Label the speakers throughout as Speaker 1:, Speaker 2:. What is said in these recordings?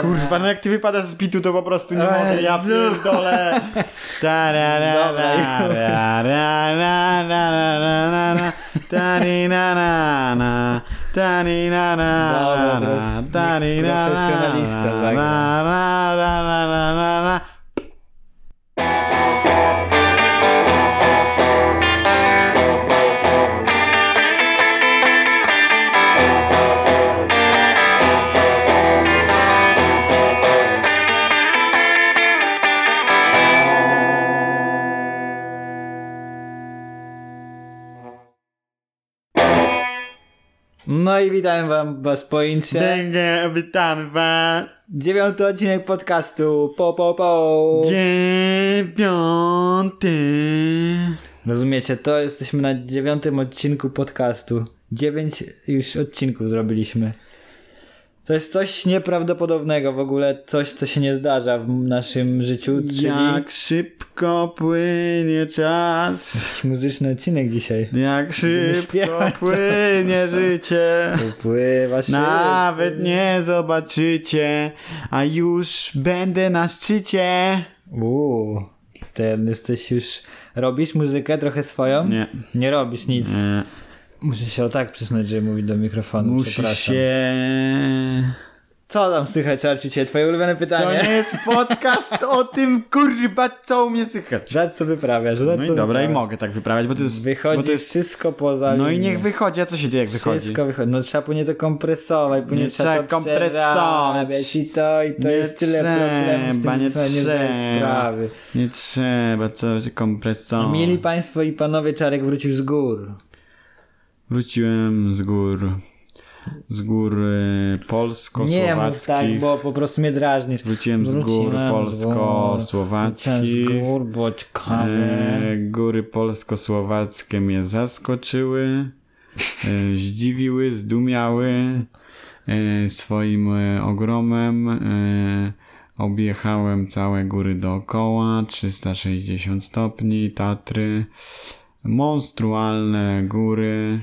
Speaker 1: Kurwa, no jak ty wypadasz z bitu, to po prostu nie mogę, ja
Speaker 2: Jezu.
Speaker 1: pierdolę.
Speaker 2: Dobra, już. Dobra, teraz niech profesjonalista zagra.
Speaker 1: zagra.
Speaker 2: No i witam wam was pojęcie.
Speaker 1: Dziękuję, witamy was.
Speaker 2: Dziewiąty odcinek podcastu. Po, po, po.
Speaker 1: Dziewiąty.
Speaker 2: Rozumiecie, to jesteśmy na dziewiątym odcinku podcastu. Dziewięć już odcinków zrobiliśmy. To jest coś nieprawdopodobnego w ogóle, coś co się nie zdarza w naszym życiu, czyli
Speaker 1: Jak szybko płynie czas.
Speaker 2: muzyczny odcinek dzisiaj.
Speaker 1: Jak szybko
Speaker 2: śpiewać.
Speaker 1: płynie życie.
Speaker 2: Upływa szybko.
Speaker 1: Nawet nie zobaczycie, a już będę na szczycie.
Speaker 2: Uuu, ten jesteś już... Robisz muzykę trochę swoją?
Speaker 1: Nie.
Speaker 2: Nie robisz nic. Muszę się o tak przyznać, że mówi do mikrofonu,
Speaker 1: Musi
Speaker 2: przepraszam.
Speaker 1: się.
Speaker 2: Co tam słychać, Arciucie? Twoje ulubione
Speaker 1: To
Speaker 2: pytanie?
Speaker 1: nie jest podcast o tym kurwa, co u mnie słychać.
Speaker 2: Za co wyprawiasz? Za
Speaker 1: No
Speaker 2: co
Speaker 1: i dobra, i
Speaker 2: wyprawiasz?
Speaker 1: mogę tak wyprawiać, bo to jest. bo
Speaker 2: Wychodzi
Speaker 1: to jest
Speaker 2: wszystko poza
Speaker 1: no i
Speaker 2: linię.
Speaker 1: niech wychodzi, a co się dzieje, jak wychodzi?
Speaker 2: Wszystko wychodzi. No trzeba później to kompresować, później
Speaker 1: Nie
Speaker 2: trzeba, to
Speaker 1: trzeba kompresować.
Speaker 2: przerabiać i to, i to
Speaker 1: Nie
Speaker 2: jest tyle problemów z
Speaker 1: trzeba,
Speaker 2: tym,
Speaker 1: nie
Speaker 2: co nie
Speaker 1: trzeba. No.
Speaker 2: zdaje sprawy.
Speaker 1: Nie trzeba, co że kompresor.
Speaker 2: No Mieli państwo i panowie, Czarek wrócił z gór.
Speaker 1: Wróciłem z gór. Z gór e,
Speaker 2: Nie mów tak,
Speaker 1: polsko-słowackich.
Speaker 2: bo po prostu mnie drażnisz.
Speaker 1: Wróciłem z gór
Speaker 2: Wróciłem, bo- Wróciłem
Speaker 1: polsko-słowackich.
Speaker 2: Z gór, bo ciekawe.
Speaker 1: E, Góry polsko-słowackie mnie zaskoczyły, e, zdziwiły, zdumiały e, swoim e, ogromem. E, Objechałem całe góry dookoła, 360 stopni, Tatry, monstrualne góry,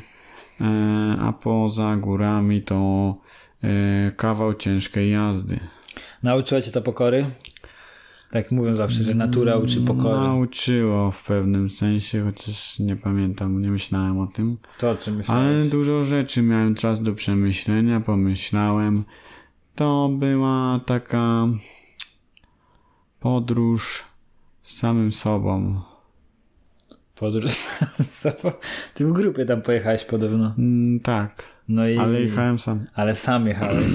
Speaker 1: e, a poza górami to e, kawał ciężkiej jazdy.
Speaker 2: Nauczyła cię to pokory? Tak mówią zawsze, że natura uczy
Speaker 1: No.
Speaker 2: pokory.
Speaker 1: Nauczyło w pewnym sensie, chociaż nie pamiętam, nie myślałem o tym.
Speaker 2: To o czym myślałeś?
Speaker 1: Ale dużo rzeczy miałem czas do przemyślenia, pomyślałem. To była taka podróż z samym sobą.
Speaker 2: Podróż sam z sobą. Ty w grupie tam pojechałeś podobno.
Speaker 1: Mm, tak,
Speaker 2: No i...
Speaker 1: ale jechałem sam.
Speaker 2: Ale sam jechałeś.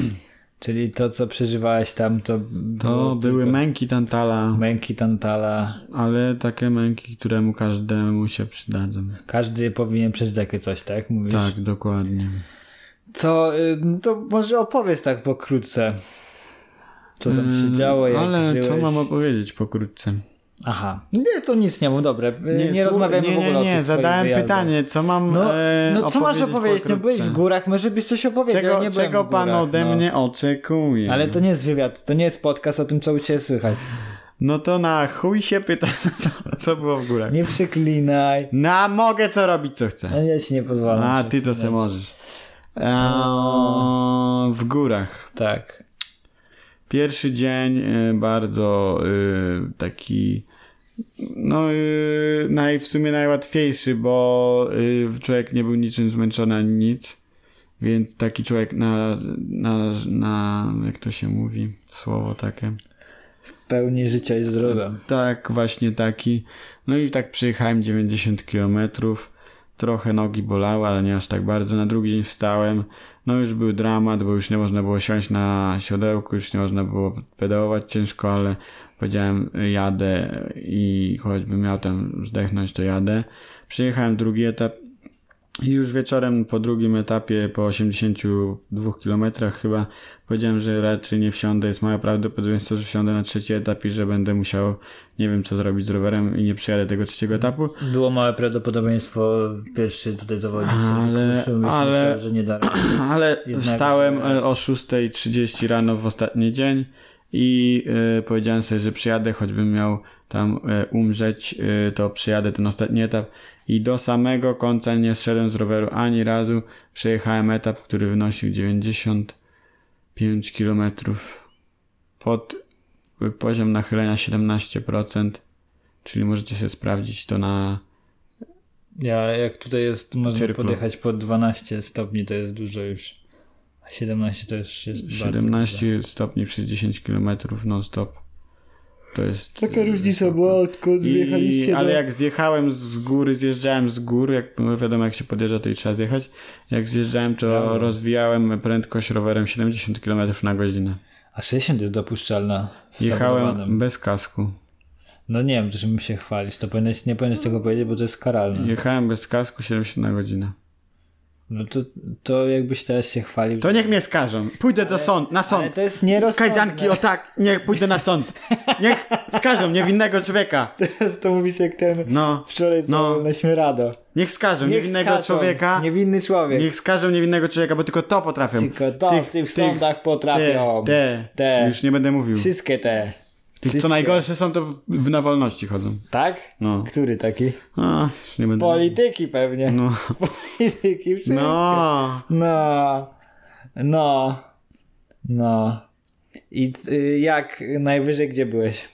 Speaker 2: Czyli to, co przeżywałeś tam, to,
Speaker 1: To
Speaker 2: było
Speaker 1: były
Speaker 2: tylko
Speaker 1: męki tantala,
Speaker 2: męki Tantala.
Speaker 1: ale takie męki, któremu każdemu się przydadzą.
Speaker 2: Każdy powinien przeżyć takie coś, tak? Mówisz?
Speaker 1: Tak, dokładnie.
Speaker 2: Co, y, no to może opowiedz tak pokrótce. Co tam się
Speaker 1: Mm,
Speaker 2: działo, jak
Speaker 1: Ale
Speaker 2: żyłeś.
Speaker 1: co mam opowiedzieć pokrótce?
Speaker 2: Aha. Nie, to nic nie mów, dobre. Y, Nie,
Speaker 1: słuchaj,
Speaker 2: rozmawiamy
Speaker 1: nie,
Speaker 2: w ogóle o
Speaker 1: Nie, nie,
Speaker 2: tych twoich
Speaker 1: zadałem
Speaker 2: wyjazdach.
Speaker 1: pytanie, co mam
Speaker 2: No,
Speaker 1: e,
Speaker 2: no co masz opowiedzieć? No byłeś w
Speaker 1: pokrótce?
Speaker 2: górach, może byś coś opowiedział.
Speaker 1: Czego,
Speaker 2: nie byłem
Speaker 1: czego
Speaker 2: w
Speaker 1: pan
Speaker 2: górach,
Speaker 1: ode
Speaker 2: no.
Speaker 1: mnie oczekuje?
Speaker 2: Ale to nie jest wywiad, to nie jest podcast o tym, co u Ciebie słychać.
Speaker 1: No to na chuj się pytam, co, co było w górach.
Speaker 2: Nie przeklinaj.
Speaker 1: Na mogę co robić, co chcę.
Speaker 2: No, Ja ci nie pozwalam.
Speaker 1: A,
Speaker 2: przeklinać.
Speaker 1: ty to se możesz.
Speaker 2: No.
Speaker 1: E, w górach.
Speaker 2: Tak.
Speaker 1: Pierwszy dzień e, bardzo e, taki no e, naj, w sumie najłatwiejszy, bo e, człowiek nie był niczym zmęczony ani nic. Więc taki człowiek na, na, na jak to się mówi, słowo takie.
Speaker 2: W pełni życia i zdrowia.
Speaker 1: Tak, właśnie taki. No i tak przyjechałem 90 km. Trochę nogi bolały, ale nie aż tak bardzo. Na drugi dzień wstałem. No już był dramat, bo już nie można było siąść na siodełku, już nie można było pedałować ciężko, ale powiedziałem y, jadę i choćbym miał tam zdechnąć, to jadę. Przyjechałem drugi etap i już wieczorem po drugim etapie, po 82 km chyba, powiedziałem, że raczej nie wsiądę. Jest małe prawdopodobieństwo, że wsiądę na trzeci etap i że będę musiał, nie wiem co zrobić z rowerem i nie przejadę tego trzeciego etapu.
Speaker 2: Było małe prawdopodobieństwo pierwszy tutaj zawodnik
Speaker 1: Ale-
Speaker 2: sobie kurczył,
Speaker 1: ale-
Speaker 2: myślałem, że nie da rady.
Speaker 1: Ale
Speaker 2: Jednak,
Speaker 1: wstałem e, o 6.30 rano w ostatni dzień i e, powiedziałem sobie, że przyjadę, choćbym miał tam e, umrzeć, e, to przyjadę ten ostatni etap i do samego końca nie zszedłem z roweru ani razu. Przejechałem etap, który wynosił 95 km pod e, poziom nachylenia 17%, czyli możecie sobie sprawdzić to na
Speaker 2: Ja, jak tutaj jest, można
Speaker 1: Cyrklu.
Speaker 2: podjechać po 12 stopni, to jest dużo już. A 17 to już jest bardzo dużo.
Speaker 1: 17 stopni przez 10 km non-stop. To jest.
Speaker 2: Taka różnica była, odkąd no.
Speaker 1: I,
Speaker 2: wjechaliście
Speaker 1: ale
Speaker 2: do...
Speaker 1: jak zjechałem z góry, zjeżdżałem z gór, jak no wiadomo, jak się podjeżdża, to i trzeba zjechać. Jak zjeżdżałem, to
Speaker 2: Brawo.
Speaker 1: rozwijałem prędkość rowerem 70 km na godzinę.
Speaker 2: A 60 jest dopuszczalna w
Speaker 1: Jechałem
Speaker 2: zabudowanym.
Speaker 1: bez kasku.
Speaker 2: No nie wiem, czym się chwalić. To powinieneś, nie powinieneś tego powiedzieć, bo to jest karalne.
Speaker 1: Jechałem bez kasku 70 na godzinę.
Speaker 2: No to, to jakbyś teraz się chwalił.
Speaker 1: To niech mnie skażą. Pójdę do sąd, na
Speaker 2: Ale
Speaker 1: sąd.
Speaker 2: to jest nierozsądne.
Speaker 1: Kajdanki, o tak, niech pójdę na sąd. Niech skażą niewinnego człowieka.
Speaker 2: Teraz to mówisz jak ten...
Speaker 1: No,
Speaker 2: Wczoraj
Speaker 1: No.
Speaker 2: zawołaliśmy rado.
Speaker 1: niech skażą niewinnego
Speaker 2: skaczą.
Speaker 1: człowieka.
Speaker 2: Niewinny człowiek.
Speaker 1: Niech skażą niewinnego człowieka, bo tylko to potrafią.
Speaker 2: Tylko to w tych sądach potrafią.
Speaker 1: Te, te,
Speaker 2: Te.
Speaker 1: Już nie będę mówił.
Speaker 2: Wszystkie te.
Speaker 1: Tych, co
Speaker 2: wszystkie.
Speaker 1: najgorsze są, to w, na wolności chodzą.
Speaker 2: Tak?
Speaker 1: No.
Speaker 2: Który taki?
Speaker 1: A, już nie będę
Speaker 2: Polityki pewnie.
Speaker 1: No.
Speaker 2: Polityki wszystkie.
Speaker 1: No.
Speaker 2: No. No. No. I y, jak najwyżej gdzie byłeś?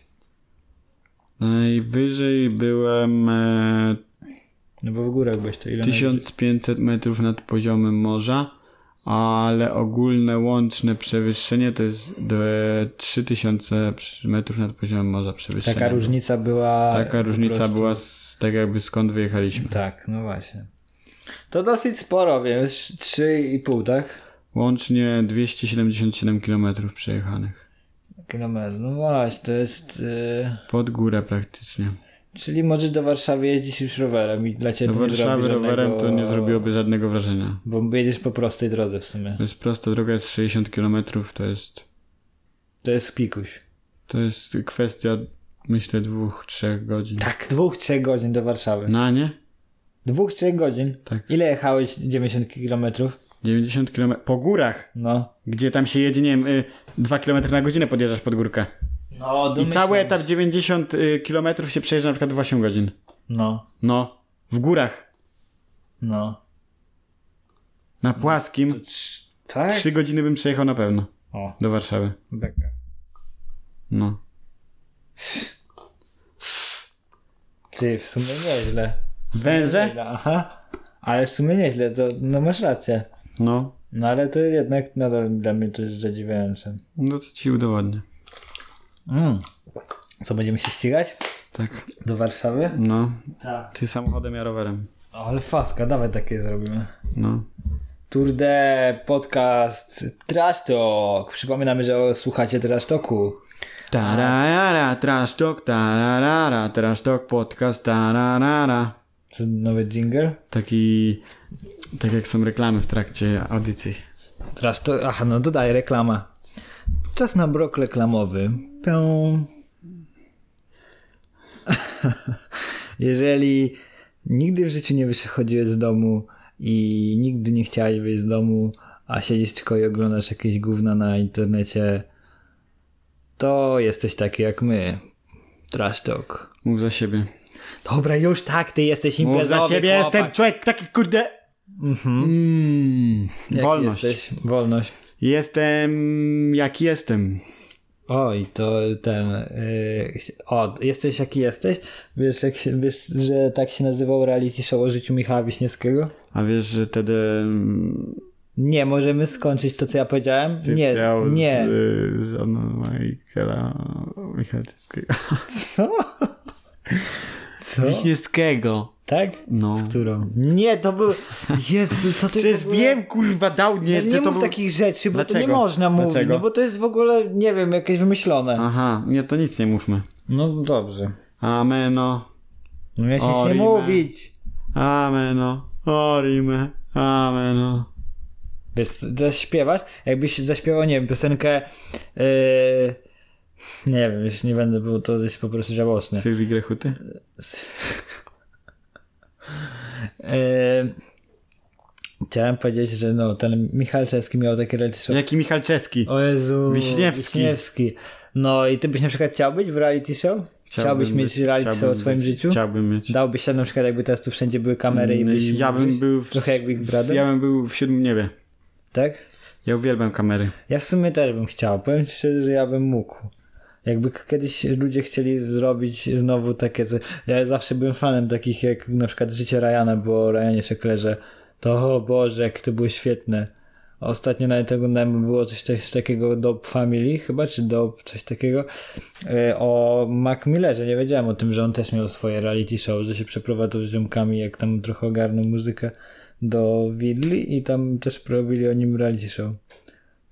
Speaker 1: Najwyżej byłem e,
Speaker 2: No bo w górach byłeś to ile? najwyżej?
Speaker 1: 1500 metrów nad poziomem morza, ale ogólne łączne przewyższenie to jest e, 3000 metrów nad poziomem morza przewyższenie.
Speaker 2: Taka różnica była.
Speaker 1: Taka
Speaker 2: po
Speaker 1: różnica
Speaker 2: prostu-
Speaker 1: była z, tak jakby skąd wyjechaliśmy.
Speaker 2: Tak, no właśnie. To dosyć sporo, wiesz, 3,5, tak?
Speaker 1: Łącznie 277 km
Speaker 2: No y, Tak.
Speaker 1: Tak.
Speaker 2: No.
Speaker 1: y,
Speaker 2: No No,
Speaker 1: y, No.
Speaker 2: Tak?
Speaker 1: No.
Speaker 2: no
Speaker 1: No. No
Speaker 2: Mm.
Speaker 1: Tak, no. No. tak
Speaker 2: tak, y, tak
Speaker 1: Mm, mm, y,
Speaker 2: Tak?
Speaker 1: No.
Speaker 2: no No yy, Yy, no, No i ty byś na przykład chciał być w reality show? Chciałbyś
Speaker 1: Chciałbym
Speaker 2: mieć
Speaker 1: być-
Speaker 2: reality show o
Speaker 1: chciałbym
Speaker 2: swoim
Speaker 1: być-
Speaker 2: życiu?
Speaker 1: Chciałbym mieć.
Speaker 2: Dałbyś się na przykład, jakby teraz tu wszędzie były kamery i
Speaker 1: No i
Speaker 2: byś
Speaker 1: ja bym
Speaker 2: byś
Speaker 1: był w-
Speaker 2: trochę jak Big Brother,
Speaker 1: Ja bym był w siódmym niebie.
Speaker 2: tak?
Speaker 1: Ja uwielbiam kamery.
Speaker 2: Ja w sumie też bym chciał, powiem szczerze, że ja bym mógł. Jakby k- kiedyś ludzie chcieli zrobić znowu takie, z- ja zawsze byłem fanem takich jak na przykład Życie Ryana było o Ryanie Szeklerze, to o Boże, jak to było świetne. Ostatnio nawet oglądałem, było coś, coś takiego Dob Family chyba, czy Dob, coś takiego e, o Mac Millerze, nie wiedziałem o tym, że on też miał swoje reality show, że się przeprowadzał z ziomkami, jak tam trochę ogarnął muzykę do Widli i tam też robili o nim reality show.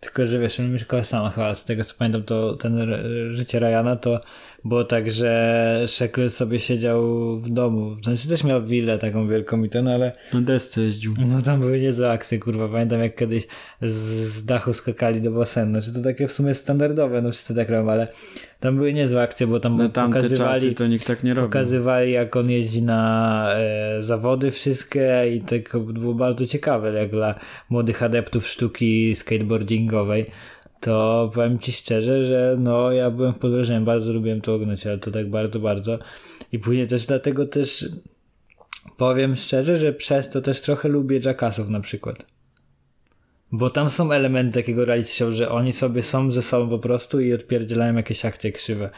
Speaker 2: Tylko, że wiesz, on mieszkał sam chyba, z tego co pamiętam, to ten r- życie Ryana to było tak, że Shekler sobie siedział w domu. W sensie też miał willę taką wielką i ten, ale
Speaker 1: Na desce jeździł.
Speaker 2: no tam były niezłe akcje, kurwa. Pamiętam jak kiedyś z, z dachu skakali do basen. Znaczy to takie w sumie standardowe, no wszyscy tak robią, ale tam były niezłe akcje, bo tam
Speaker 1: Na No tamte
Speaker 2: pokazywali
Speaker 1: czasy to nikt tak nie robił.
Speaker 2: pokazywali, jak on jeździ na e, zawody wszystkie i tak było bardzo ciekawe, jak dla młodych adeptów sztuki skateboardingowej. To powiem ci szczerze, że no ja byłem pod wrażeniem, bardzo lubiłem to oglądać, ale to tak bardzo, bardzo. I później też dlatego też powiem szczerze, że przez to też trochę lubię Jackasów na przykład. Bo tam są elementy takiego reality show, że oni sobie są ze sobą po prostu i odpierdzielają jakieś akcje krzywe.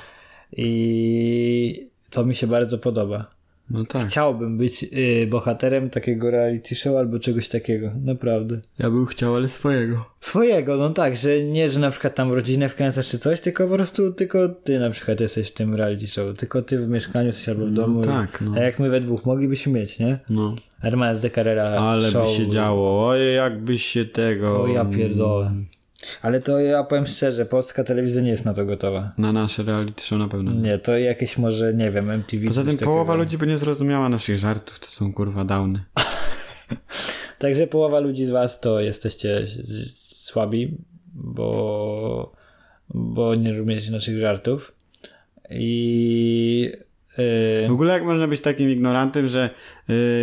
Speaker 2: I to mi się bardzo podoba.
Speaker 1: No tak.
Speaker 2: Chciałbym być y, bohaterem takiego reality show albo czegoś takiego, naprawdę.
Speaker 1: Ja bym chciał, ale swojego.
Speaker 2: Swojego, no tak, że nie, że na przykład tam rodzinę wkręcasz czy coś, tylko po prostu tylko ty na przykład jesteś w tym reality show, tylko ty w mieszkaniu jesteś albo w domu. i-
Speaker 1: tak, no.
Speaker 2: A jak my we dwóch moglibyśmy mieć, nie?
Speaker 1: No.
Speaker 2: Hermes de Carrera
Speaker 1: Ale
Speaker 2: show.
Speaker 1: by się działo. Mm. Ojej, jakbyś się tego...
Speaker 2: O ja pierdolę. Ale to ja powiem szczerze, polska telewizja nie jest na to gotowa.
Speaker 1: Na nasze reality show na pewno. nie.
Speaker 2: Nie, to jakieś może, nie wiem, MTV.
Speaker 1: Poza
Speaker 2: Mm, coś
Speaker 1: tym
Speaker 2: takiego.
Speaker 1: połowa ludzi by nie zrozumiała naszych żartów, to są kurwa downy.
Speaker 2: Także połowa ludzi z was to jesteście s- s- słabi, bo, bo nie rozumiecie naszych żartów. I yy,
Speaker 1: W ogóle jak można być takim ignorantem, że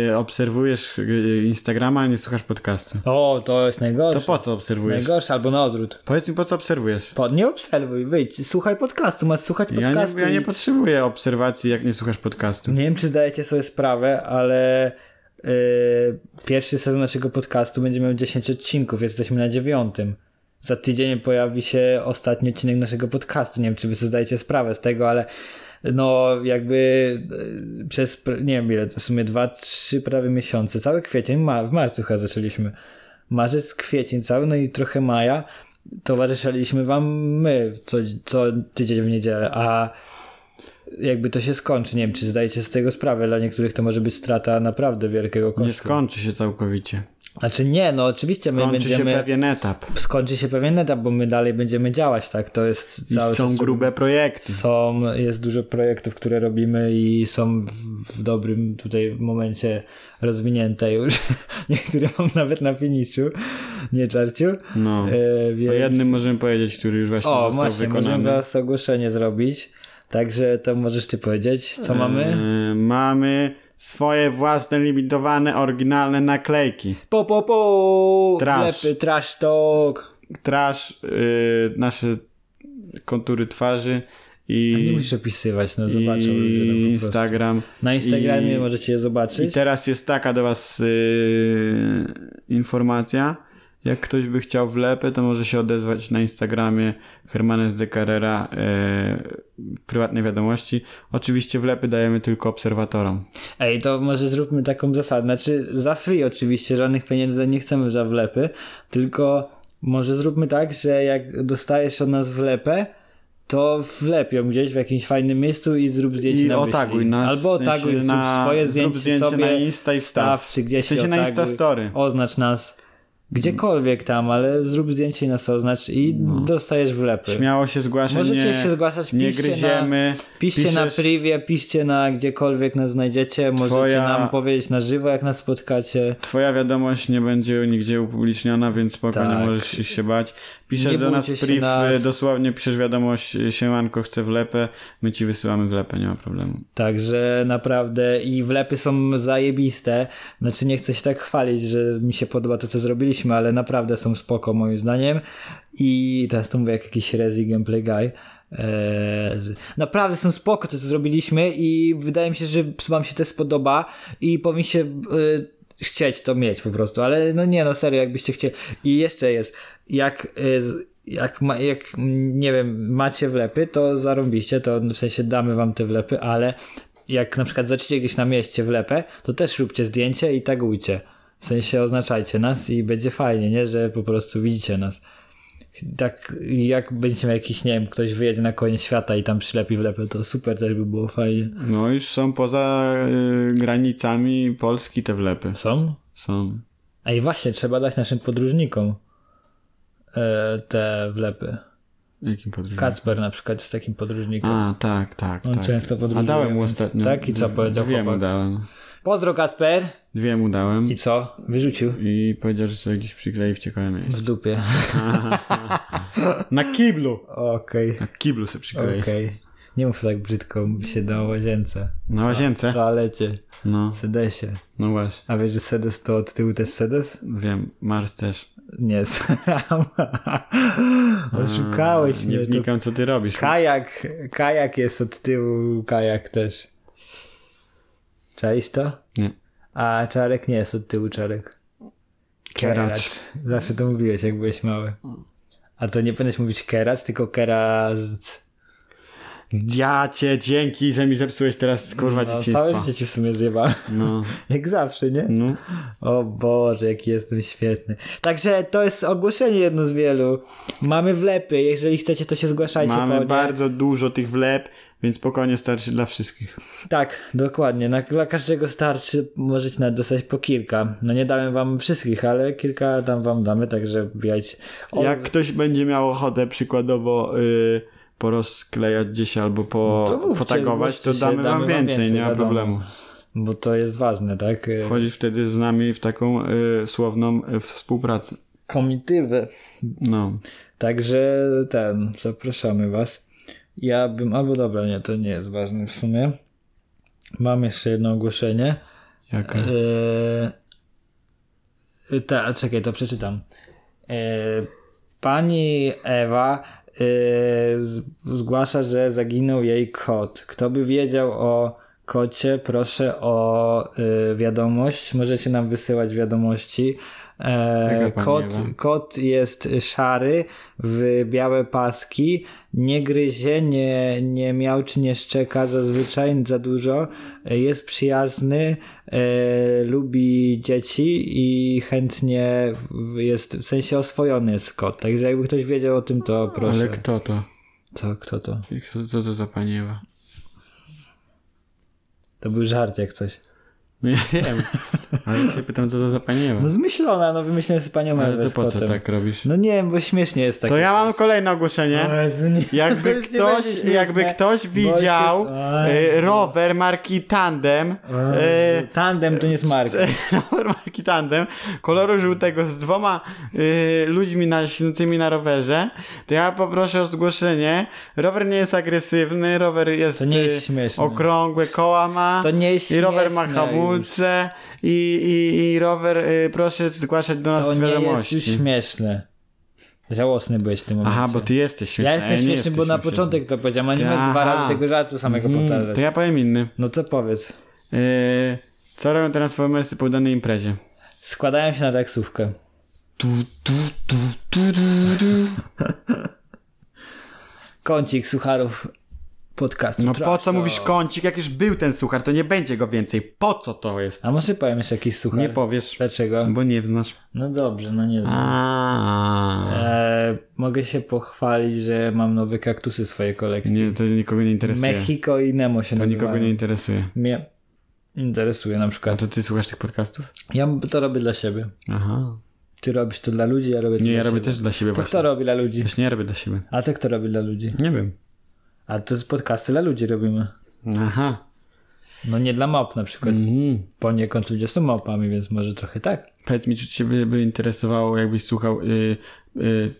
Speaker 1: y, obserwujesz y, Instagrama, a nie słuchasz podcastu?
Speaker 2: o, to jest
Speaker 1: To
Speaker 2: najgorsze.
Speaker 1: po co obserwujesz?
Speaker 2: najgorsze albo na odwrót.
Speaker 1: Powiedz mi, po co obserwujesz?
Speaker 2: Po, nie obserwuj, wyjdź, słuchaj podcastu, masz słuchać
Speaker 1: Ja
Speaker 2: podcastu.
Speaker 1: nie, ja
Speaker 2: i-
Speaker 1: nie potrzebuję obserwacji, jak nie słuchasz podcastu.
Speaker 2: Nie wiem, czy zdajecie sobie sprawę, ale yy, pierwszy sezon naszego podcastu będzie miał 10 odcinków. Jesteśmy na dziewiątym. Za tydzień pojawi się ostatni odcinek naszego podcastu. Nie wiem, czy wy sobie zdajecie sprawę z tego, ale no jakby yy, przez, pr- nie wiem ile, to w sumie 2-3 prawie miesiące, cały kwiecień, ma, w marcu chyba zaczęliśmy. Marzec, kwiecień cały, no i trochę maja towarzyszyliśmy wam my co, co tydzień w niedzielę, a jakby to się skończy. Nie wiem, czy zdajecie z tego sprawę. Dla niektórych to może być strata naprawdę wielkiego
Speaker 1: Nie
Speaker 2: kosztu.
Speaker 1: skończy się całkowicie.
Speaker 2: Znaczy nie, no oczywiście my
Speaker 1: Kończy się
Speaker 2: będziemy...
Speaker 1: pewien etap.
Speaker 2: Skończy się pewien etap, bo my dalej będziemy działać, tak? To jest
Speaker 1: I
Speaker 2: cały
Speaker 1: są
Speaker 2: czas...
Speaker 1: grube projekty.
Speaker 2: Są, jest dużo projektów, które robimy i są w, w dobrym tutaj momencie rozwinięte już. Niektóre mam nawet na finiszu, nie czarciu.
Speaker 1: No.
Speaker 2: E, więc...
Speaker 1: O jednym możemy powiedzieć, który już właśnie
Speaker 2: O,
Speaker 1: został
Speaker 2: właśnie, możemy
Speaker 1: wykonany.
Speaker 2: teraz ogłoszenie zrobić. Także to możesz ty powiedzieć, co mamy.
Speaker 1: E, mamy swoje własne, limitowane, oryginalne naklejki.
Speaker 2: Po, po, po!
Speaker 1: Trash.
Speaker 2: Wlepy, trash talk.
Speaker 1: Trasz, y, nasze kontury twarzy
Speaker 2: Nie
Speaker 1: i,
Speaker 2: musisz opisywać, no zobaczą ludzie. No,
Speaker 1: i
Speaker 2: po prostu.
Speaker 1: Instagram.
Speaker 2: Na Instagramie
Speaker 1: i-
Speaker 2: możecie je
Speaker 1: I
Speaker 2: zobaczyć.
Speaker 1: teraz jest taka do Was y, informacja. Jak ktoś by chciał wlepy, to może się odezwać na Instagramie Hermanes de Carrera y, w prywatnej wiadomości. Oczywiście wlepy dajemy tylko obserwatorom.
Speaker 2: Ej, to może zróbmy taką zasadę. Znaczy, za free oczywiście, żadnych pieniędzy nie chcemy za wlepy, tylko może zróbmy tak, że jak dostajesz od nas wlepę, to wlep ją gdzieś w jakimś fajnym miejscu i zrób zdjęcie
Speaker 1: I
Speaker 2: na wyślij.
Speaker 1: otaguj nas.
Speaker 2: Albo
Speaker 1: w sensie
Speaker 2: otaguj, zrób
Speaker 1: na,
Speaker 2: swoje zdjęcie,
Speaker 1: zrób zdjęcie
Speaker 2: sobie,
Speaker 1: na Insta i staw.
Speaker 2: staw, czy gdzieś
Speaker 1: W sensie
Speaker 2: się
Speaker 1: na
Speaker 2: otaguj.
Speaker 1: Instastory.
Speaker 2: oznacz nas gdziekolwiek tam, ale zrób zdjęcie i nas oznacz i dostajesz wlepy.
Speaker 1: No. Śmiało się zgłaszać.
Speaker 2: Możecie
Speaker 1: nie,
Speaker 2: się zgłaszać,
Speaker 1: Nie
Speaker 2: piszcie na-
Speaker 1: gryziemy.
Speaker 2: Piszcie na
Speaker 1: Piszesz-
Speaker 2: privie, piszcie na gdziekolwiek nas znajdziecie, możecie
Speaker 1: Twoja-
Speaker 2: nam powiedzieć na żywo, jak nas spotkacie.
Speaker 1: Twoja wiadomość nie będzie nigdzie upubliczniona, więc spokojnie
Speaker 2: Tak.
Speaker 1: możesz się bać. Piszesz
Speaker 2: Nie
Speaker 1: do nas
Speaker 2: bójcie się
Speaker 1: priv,
Speaker 2: nas.
Speaker 1: y, dosłownie piszesz wiadomość, y, siemanko, chcę wlepę, my ci wysyłamy wlepę, nie ma problemu.
Speaker 2: Także naprawdę i wlepy są zajebiste. Znaczy nie chcę się tak chwalić, że mi się podoba to, co zrobiliśmy, ale naprawdę są spoko moim zdaniem. I teraz to mówię jak jakiś Rezi Gameplay Guy. Eee, że- naprawdę są spoko to, co zrobiliśmy i wydaje mi się, że wam się też spodoba i powinniście e, chcieć to mieć po prostu, ale no nie, no serio, jakbyście chcieli. I jeszcze jest, jak, e, z- jak, ma, jak mm, nie wiem, macie wlepy, to zarąbiście, to w sensie damy wam te wlepy, ale jak na przykład zaczniecie gdzieś na mieście wlepę, to też róbcie zdjęcie i tagujcie. W sensie oznaczajcie nas i będzie fajnie, nie? Że po prostu widzicie nas tak jak będziemy jakiś, nie wiem, ktoś wyjedzie na koniec świata i tam przylepi wlepę, to super też by było fajnie.
Speaker 1: No już są poza y, granicami Polski te wlepy.
Speaker 2: Są?
Speaker 1: Są.
Speaker 2: A i właśnie, trzeba dać naszym podróżnikom e, te wlepy.
Speaker 1: Jakim podróżnikiem?
Speaker 2: Kacper na przykład jest takim podróżnikiem.
Speaker 1: A, tak, tak,
Speaker 2: On
Speaker 1: tak.
Speaker 2: często podróżuje,
Speaker 1: A dałem mu
Speaker 2: więc-
Speaker 1: ostatnio.
Speaker 2: tak? I co powiedział
Speaker 1: Dwie mu
Speaker 2: chłopak?
Speaker 1: dałem.
Speaker 2: Pozdro Kacper!
Speaker 1: Dwie mu dałem
Speaker 2: I co? Wyrzucił?
Speaker 1: i powiedział, że sobie gdzieś przyklei w ciekawe miejsce.
Speaker 2: W dupie.
Speaker 1: Na kiblu!
Speaker 2: Okej,
Speaker 1: Na kiblu sobie
Speaker 2: okej.
Speaker 1: przyklei.
Speaker 2: Nie mów tak brzydko, by się dało łazience.
Speaker 1: Na
Speaker 2: W
Speaker 1: łazience?
Speaker 2: toalecie.
Speaker 1: No,
Speaker 2: Sedesie.
Speaker 1: no właśnie.
Speaker 2: A wiesz, że sedes to od tyłu też sedes?
Speaker 1: Wiem, Mars też.
Speaker 2: Nie, sram. Oszukałeś
Speaker 1: Nie
Speaker 2: mnie. to
Speaker 1: wnikam, co ty robisz.
Speaker 2: Kajak, kajak jest od tyłu, kajak też. Czaisz to?
Speaker 1: Nie.
Speaker 2: A czarek nie jest od tyłu, czarek.
Speaker 1: Kieracz.
Speaker 2: Zawsze to mówiłeś, jak byłeś mały. A to nie powinieneś mówić keracz, tylko keraz.
Speaker 1: Ja cię, dzięki, że mi zepsułeś teraz, kurwa,
Speaker 2: No, całe
Speaker 1: dzieciństwo.
Speaker 2: życie ci w sumie zjebałem.
Speaker 1: No,
Speaker 2: Jak zawsze, nie?
Speaker 1: no.
Speaker 2: O Boże, jaki jestem świetny. Także to jest ogłoszenie jedno z wielu. Mamy wlepy, jeżeli chcecie, to się zgłaszajcie.
Speaker 1: Mamy
Speaker 2: konie.
Speaker 1: bardzo dużo tych wlep, więc spokojnie starczy dla wszystkich.
Speaker 2: Tak, dokładnie. Na, dla każdego starczy możecie nawet dostać po kilka. No nie dałem wam wszystkich, ale kilka tam wam damy, także wbijajcie. O,
Speaker 1: Jak ktoś będzie miał ochotę przykładowo y, porozklejać gdzieś albo po,
Speaker 2: No To mówcie,
Speaker 1: potagować, to
Speaker 2: zgłoście się,
Speaker 1: damy,
Speaker 2: damy
Speaker 1: wam
Speaker 2: wam
Speaker 1: więcej,
Speaker 2: więcej,
Speaker 1: nie ma
Speaker 2: wiadomo.
Speaker 1: problemu.
Speaker 2: Bo to jest ważne, tak? Y,
Speaker 1: Wchodzisz wtedy z nami w taką y, słowną y, współpracę.
Speaker 2: Komitywę.
Speaker 1: No.
Speaker 2: Także ten, zapraszamy was. Ja bym, albo dobra, nie, to nie jest ważne w sumie. Mam jeszcze jedno ogłoszenie. E,
Speaker 1: Jaka?
Speaker 2: Eee, Tak. ta, czekaj, to przeczytam. Eee, pani Ewa eee, z- zgłasza, że zaginął jej kot. Kto by wiedział o kocie, proszę o eee, wiadomość. Możecie nam wysyłać wiadomości. Eee,
Speaker 1: Jaka pani
Speaker 2: kot,
Speaker 1: Ewa?
Speaker 2: kot jest szary, w białe paski, nie gryzie, nie, nie miałczy, nie szczeka zazwyczaj za dużo, jest przyjazny, e, lubi dzieci i chętnie w- jest, w sensie oswojony jest kot, także jakby ktoś wiedział o tym, to proszę.
Speaker 1: Ale kto to?
Speaker 2: Co, kto to?
Speaker 1: Kto, co to za pani Ewa?
Speaker 2: To był żart jak coś.
Speaker 1: No ja wiem, ale się pytam, co to za pani Ewa.
Speaker 2: No zmyślona, no wymyślałem z panią
Speaker 1: ale
Speaker 2: Ewę
Speaker 1: to
Speaker 2: z
Speaker 1: po co
Speaker 2: kotem.
Speaker 1: tak robisz?
Speaker 2: No nie wiem, bo śmiesznie jest tak.
Speaker 1: To ja mam kolejne ogłoszenie. Jakby ktoś, jakby ktoś widział
Speaker 2: no.
Speaker 1: y, rower marki Tandem, y,
Speaker 2: Tandem to nie jest marka.
Speaker 1: e, rower marki Tandem, koloru żółtego z dwoma y, ludźmi na, siedzącymi na rowerze, to ja poproszę o zgłoszenie. Rower nie jest agresywny, rower jest,
Speaker 2: To nie jest
Speaker 1: y,
Speaker 2: śmieszne.
Speaker 1: okrągły, koła ma.
Speaker 2: To nie jest
Speaker 1: I rower ma
Speaker 2: śmieszne
Speaker 1: hamulce i, i, i rower, y, proszę zgłaszać do nas
Speaker 2: To nie jest
Speaker 1: wiadomości.
Speaker 2: już śmieszne. Żałosny byłeś w tym momencie.
Speaker 1: Aha, bo ty jesteś śmieszny.
Speaker 2: Ja
Speaker 1: a
Speaker 2: jestem
Speaker 1: nie
Speaker 2: śmieszny, bo na
Speaker 1: śmieszny.
Speaker 2: początek to powiedziałem, a nie masz dwa
Speaker 1: Aha.
Speaker 2: razy tego żartu samego
Speaker 1: Mm,
Speaker 2: powtarzać.
Speaker 1: to ja powiem inny.
Speaker 2: No co powiedz?
Speaker 1: Yy, co robią transformersy po danej imprezie?
Speaker 2: Składałem się na taksówkę.
Speaker 1: Tu, tu, tu, tu, tu, tu.
Speaker 2: Kącik sucharów podcastu.
Speaker 1: No
Speaker 2: Tra-
Speaker 1: po co mówisz kącik, jak już był ten suchar, to nie będzie go więcej. Po co to jest?
Speaker 2: A może powiem jeszcze jakiś suchar?
Speaker 1: Nie powiesz,
Speaker 2: Dlaczego?
Speaker 1: bo nie znasz.
Speaker 2: No dobrze, no nie znam.
Speaker 1: A,
Speaker 2: E, mogę się pochwalić, że mam nowe kaktusy w swojej kolekcji.
Speaker 1: nie, to nikogo nie interesuje.
Speaker 2: Mexico i Nemo się
Speaker 1: To
Speaker 2: nazywają.
Speaker 1: nikogo nie interesuje.
Speaker 2: Mnie interesuje na
Speaker 1: A
Speaker 2: przykład.
Speaker 1: to ty słuchasz tych podcastów?
Speaker 2: Ja to robię dla siebie.
Speaker 1: Aha.
Speaker 2: Ty robisz to dla ludzi, ja robię to
Speaker 1: Nie,
Speaker 2: dla
Speaker 1: ja robię
Speaker 2: siebie.
Speaker 1: też dla siebie
Speaker 2: To
Speaker 1: właśnie.
Speaker 2: kto robi dla ludzi?
Speaker 1: Właśnie ja robię dla siebie.
Speaker 2: A to kto robi dla ludzi?
Speaker 1: Nie wiem.
Speaker 2: A to z podcasty dla ludzi robimy.
Speaker 1: Aha.
Speaker 2: No nie dla mop na przykład.
Speaker 1: Mhm.
Speaker 2: Poniekąd ludzie są mopami, więc może trochę tak.
Speaker 1: Powiedz mi, czy ciebie by interesowało, jakbyś słuchał y, y,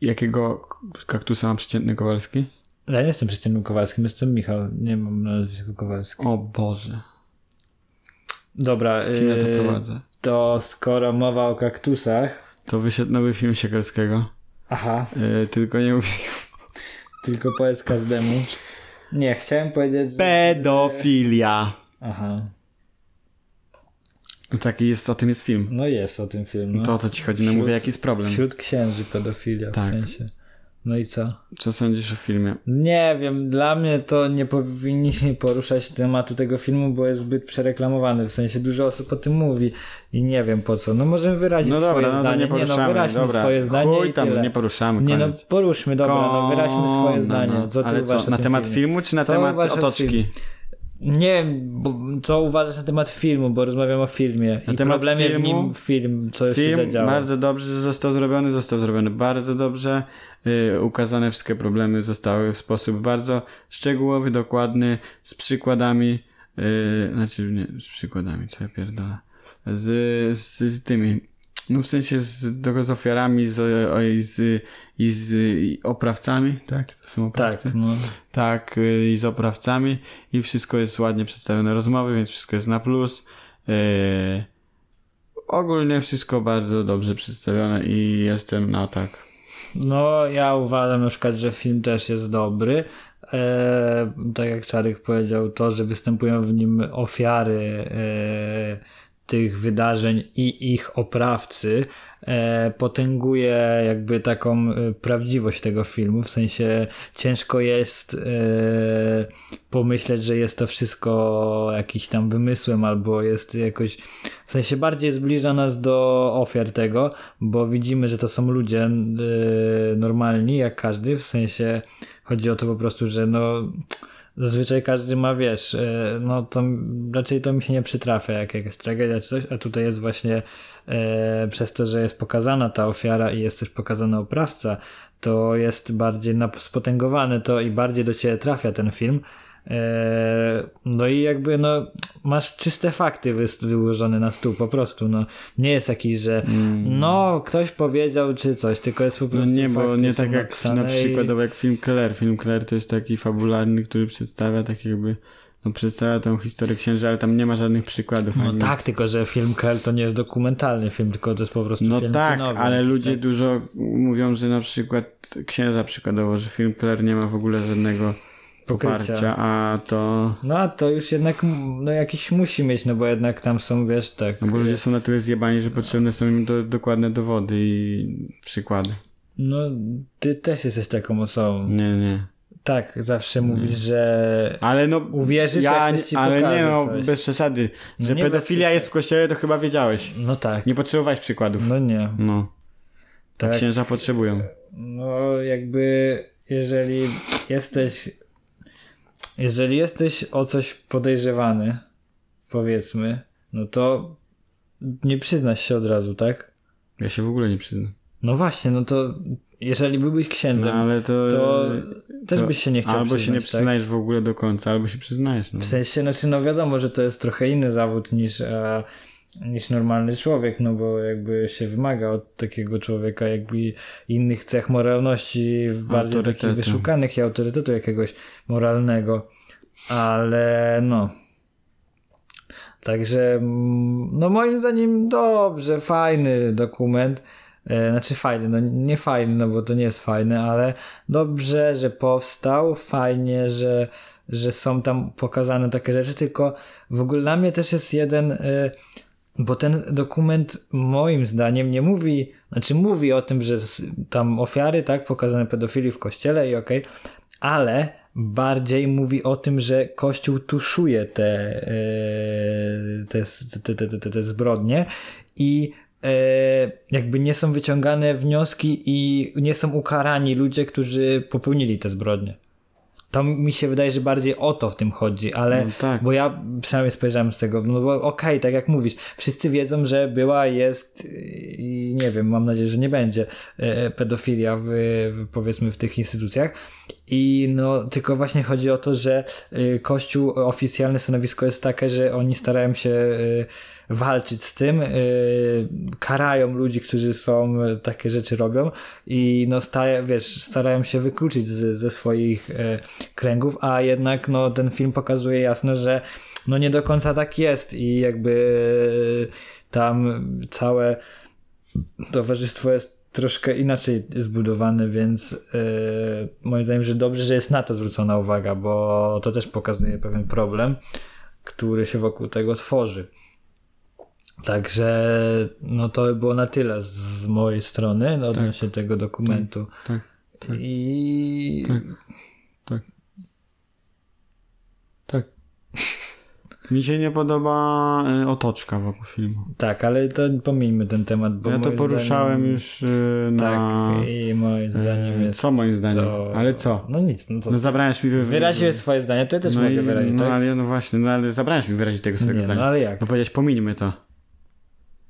Speaker 1: jakiego kaktusa ma przeciętny Kowalski?
Speaker 2: Ja nie jestem przeciętnym Kowalskim, jestem Michał. Nie mam nazwiska Kowalski.
Speaker 1: O Boże, Y.
Speaker 2: Dobra,
Speaker 1: kim ja to
Speaker 2: yy,
Speaker 1: prowadzę?
Speaker 2: to skoro mowa o kaktusach.
Speaker 1: To wyszedł nowy film Siekelskiego,
Speaker 2: Aha,
Speaker 1: y, tylko nie E, mówię.
Speaker 2: Tylko powiedz każdemu. Nie, chciałem powiedzieć, że...
Speaker 1: Pedofilia.
Speaker 2: Aha.
Speaker 1: Taki Tak, jest, o tym jest film.
Speaker 2: No jest o tym film. No.
Speaker 1: To o co ci chodzi, no
Speaker 2: Wśród-
Speaker 1: mówię, jaki jest problem.
Speaker 2: Wśród księży pedofilia w
Speaker 1: Tak.
Speaker 2: sensie. No i co?
Speaker 1: Co sądzisz o filmie?
Speaker 2: Nie wiem, dla mnie to nie powinniśmy poruszać tematu tego filmu, bo jest zbyt przereklamowany. W sensie dużo osób o tym mówi i nie wiem po co. No możemy wyrazić
Speaker 1: No dobra,
Speaker 2: swoje
Speaker 1: no to
Speaker 2: zdanie.
Speaker 1: nie
Speaker 2: no
Speaker 1: poruszamy.
Speaker 2: wyraźmy
Speaker 1: dobra.
Speaker 2: swoje zdanie
Speaker 1: Chuj
Speaker 2: i
Speaker 1: tam,
Speaker 2: tyle.
Speaker 1: nie poruszamy,
Speaker 2: Nie no,
Speaker 1: koniec.
Speaker 2: poruszmy, dobra, no wyraźmy swoje
Speaker 1: Kon-
Speaker 2: zdanie.
Speaker 1: no, no.
Speaker 2: Co ty
Speaker 1: Ale
Speaker 2: uważasz
Speaker 1: co,
Speaker 2: o
Speaker 1: na
Speaker 2: tym
Speaker 1: temat
Speaker 2: filmie?
Speaker 1: filmu, czy na
Speaker 2: Co
Speaker 1: temat
Speaker 2: uważasz o
Speaker 1: otoczki?
Speaker 2: filmie? Nie, bo, co uważasz na temat filmu, bo rozmawiam o filmie.
Speaker 1: Na
Speaker 2: I
Speaker 1: temat
Speaker 2: problemie w
Speaker 1: filmu?
Speaker 2: nim film, co się
Speaker 1: Film
Speaker 2: zadziało.
Speaker 1: bardzo dobrze został zrobiony, został zrobiony bardzo dobrze. Yy, ukazane wszystkie problemy zostały w sposób bardzo szczegółowy, dokładny, z przykładami. Yy, znaczy, nie, z przykładami, co ja pierdolę. Z, z, z tymi. No w sensie z, do- z ofiarami z, o, i z, i z i oprawcami, tak? To są oprawcy.
Speaker 2: Tak, no.
Speaker 1: Tak, y, i z oprawcami i wszystko jest ładnie przedstawione rozmowy, więc wszystko jest na plus. Yy, ogólnie wszystko bardzo dobrze przedstawione i jestem na tak.
Speaker 2: No, ja uważam na przykład, że film też jest dobry. E, tak jak Czarek powiedział, to, że występują w nim ofiary e, tych wydarzeń i ich oprawcy, e, potęguje jakby taką e, prawdziwość tego filmu. W sensie ciężko jest e, pomyśleć, że jest to wszystko jakiś tam wymysłem albo jest jakoś. W sensie bardziej zbliża nas do ofiar tego, bo widzimy, że to są ludzie y, normalni, jak każdy, w sensie chodzi o to po prostu, że no zazwyczaj każdy ma, wiesz, y, no to m- raczej to mi się nie przytrafia, jak jakaś tragedia czy coś, a tutaj jest właśnie y, przez to, że jest pokazana ta ofiara i jest też pokazany oprawca, to jest bardziej nap- spotęgowane to i bardziej do ciebie trafia ten film. Eee, No i jakby no masz czyste fakty wys- wyłożone na stół po prostu, no nie jest jakiś, że no ktoś powiedział czy coś, tylko jest po
Speaker 1: No
Speaker 2: prostu
Speaker 1: nie, bo
Speaker 2: fakty
Speaker 1: nie
Speaker 2: są
Speaker 1: tak jak
Speaker 2: napisane
Speaker 1: na
Speaker 2: i-
Speaker 1: przykładowo jak film Keller. Film Keller to jest taki fabularny, który przedstawia tak jakby, no przedstawia tą historię księża, ale tam nie ma żadnych przykładów.
Speaker 2: No
Speaker 1: ani
Speaker 2: tak, tylko że film Kel to nie jest dokumentalny film, tylko to jest po prostu
Speaker 1: No
Speaker 2: film
Speaker 1: tak,
Speaker 2: kinowy.
Speaker 1: ale
Speaker 2: jakiś,
Speaker 1: ludzie
Speaker 2: tak.
Speaker 1: dużo mówią, że na przykład księża przykładowo, że film Claire nie ma w ogóle żadnego
Speaker 2: Pokrycia.
Speaker 1: poparcia, a to.
Speaker 2: No a to już jednak m- no jakiś musi mieć, no bo jednak tam są, wiesz, tak...
Speaker 1: No bo ludzie są na tyle zjebani,
Speaker 2: No.
Speaker 1: że potrzebne są im do, dokładne dowody i przykłady.
Speaker 2: No ty też jesteś taką osobą.
Speaker 1: Nie, nie.
Speaker 2: Tak, zawsze
Speaker 1: No.
Speaker 2: mówisz, że...
Speaker 1: Ale no.
Speaker 2: Uwierzysz,
Speaker 1: ja,
Speaker 2: jak ktoś ci
Speaker 1: Ale
Speaker 2: pokaże
Speaker 1: nie, no,
Speaker 2: coś.
Speaker 1: bez przesady.
Speaker 2: No
Speaker 1: Że
Speaker 2: nie bez
Speaker 1: pedofilia
Speaker 2: przesady.
Speaker 1: jest w kościele, to chyba wiedziałeś.
Speaker 2: No tak.
Speaker 1: Nie potrzebowałeś przykładów.
Speaker 2: No nie.
Speaker 1: No.
Speaker 2: Tak.
Speaker 1: Księża potrzebują.
Speaker 2: No jakby jeżeli jesteś jeżeli jesteś o coś podejrzewany, powiedzmy, no to nie przyznasz się od razu, tak?
Speaker 1: Ja się w ogóle nie przyznam.
Speaker 2: No właśnie, no to jeżeli byłbyś
Speaker 1: No,
Speaker 2: księdzem,
Speaker 1: ale to.
Speaker 2: to też
Speaker 1: to
Speaker 2: byś się nie chciał
Speaker 1: Albo
Speaker 2: przyznać,
Speaker 1: się nie
Speaker 2: tak?
Speaker 1: przyznajesz w ogóle do końca, albo się przyznajesz. No.
Speaker 2: W sensie, znaczy, no wiadomo, że to jest trochę inny zawód niż, e, niż normalny człowiek, no bo jakby się wymaga od takiego człowieka jakby innych cech moralności, w bardziej takich
Speaker 1: Autorytetu.
Speaker 2: wyszukanych i autorytetu jakiegoś moralnego, ale no. Także, mm, no moim zdaniem dobrze, fajny dokument. E, Znaczy fajny, no nie fajny, no bo to nie jest fajne, ale dobrze, że powstał, fajnie, że, że są tam pokazane takie rzeczy, tylko w ogóle dla mnie też jest jeden, e, bo ten dokument moim zdaniem nie mówi, znaczy mówi o tym, że s- tam ofiary, tak, pokazane pedofili w kościele i okej, ale bardziej mówi o tym, że Kościół tuszuje te, e, te, te, te, te, te zbrodnie i e, jakby nie są wyciągane wnioski i nie są ukarani ludzie, którzy popełnili te zbrodnie. To mi się wydaje, że bardziej o to w tym chodzi, ale
Speaker 1: No tak.
Speaker 2: bo ja przynajmniej spojrzałem z tego, no bo okej, tak jak mówisz, wszyscy wiedzą, że była, jest i nie wiem, mam nadzieję, że nie będzie e, pedofilia w, w, powiedzmy w tych instytucjach i no tylko właśnie chodzi o to, że e, Kościół, oficjalne stanowisko jest takie, że oni starają się e, walczyć z tym, e, karają ludzi, którzy są, e, takie rzeczy robią i no staje, wiesz, starają się wykluczyć z, ze swoich e, kręgów, a jednak no, ten film pokazuje jasno, że no nie do końca tak jest i y, jakby e, tam całe towarzystwo jest troszkę inaczej zbudowany, więc yy, moim zdaniem, że dobrze, że jest na to zwrócona uwaga, bo to też pokazuje pewien problem, który się wokół tego tworzy. Także no to by było na tyle z, z mojej strony no, odnośnie tego dokumentu.
Speaker 1: Tak, tak,
Speaker 2: I
Speaker 1: tak, tak. Tak. Mi się nie podoba y, otoczka wokół filmu.
Speaker 2: tak, ale to pomijmy ten temat, bo
Speaker 1: ja to
Speaker 2: moim
Speaker 1: poruszałem
Speaker 2: zdaniem,
Speaker 1: już y, na...
Speaker 2: Tak, i moim zdaniem
Speaker 1: E,
Speaker 2: jest
Speaker 1: co moim zdaniem?
Speaker 2: to...
Speaker 1: Ale co?
Speaker 2: No nic, no to
Speaker 1: No zabrałeś mi... Wy...
Speaker 2: wyraziłeś swoje zdanie, to ja też
Speaker 1: no
Speaker 2: mogę
Speaker 1: i-
Speaker 2: wyrazić,
Speaker 1: No
Speaker 2: tak?
Speaker 1: ale ja- no właśnie, no ale zabrałeś mi wyrazić tego swojego
Speaker 2: Nie,
Speaker 1: zdania.
Speaker 2: no ale jak?
Speaker 1: No powiedziałeś, pomińmy to.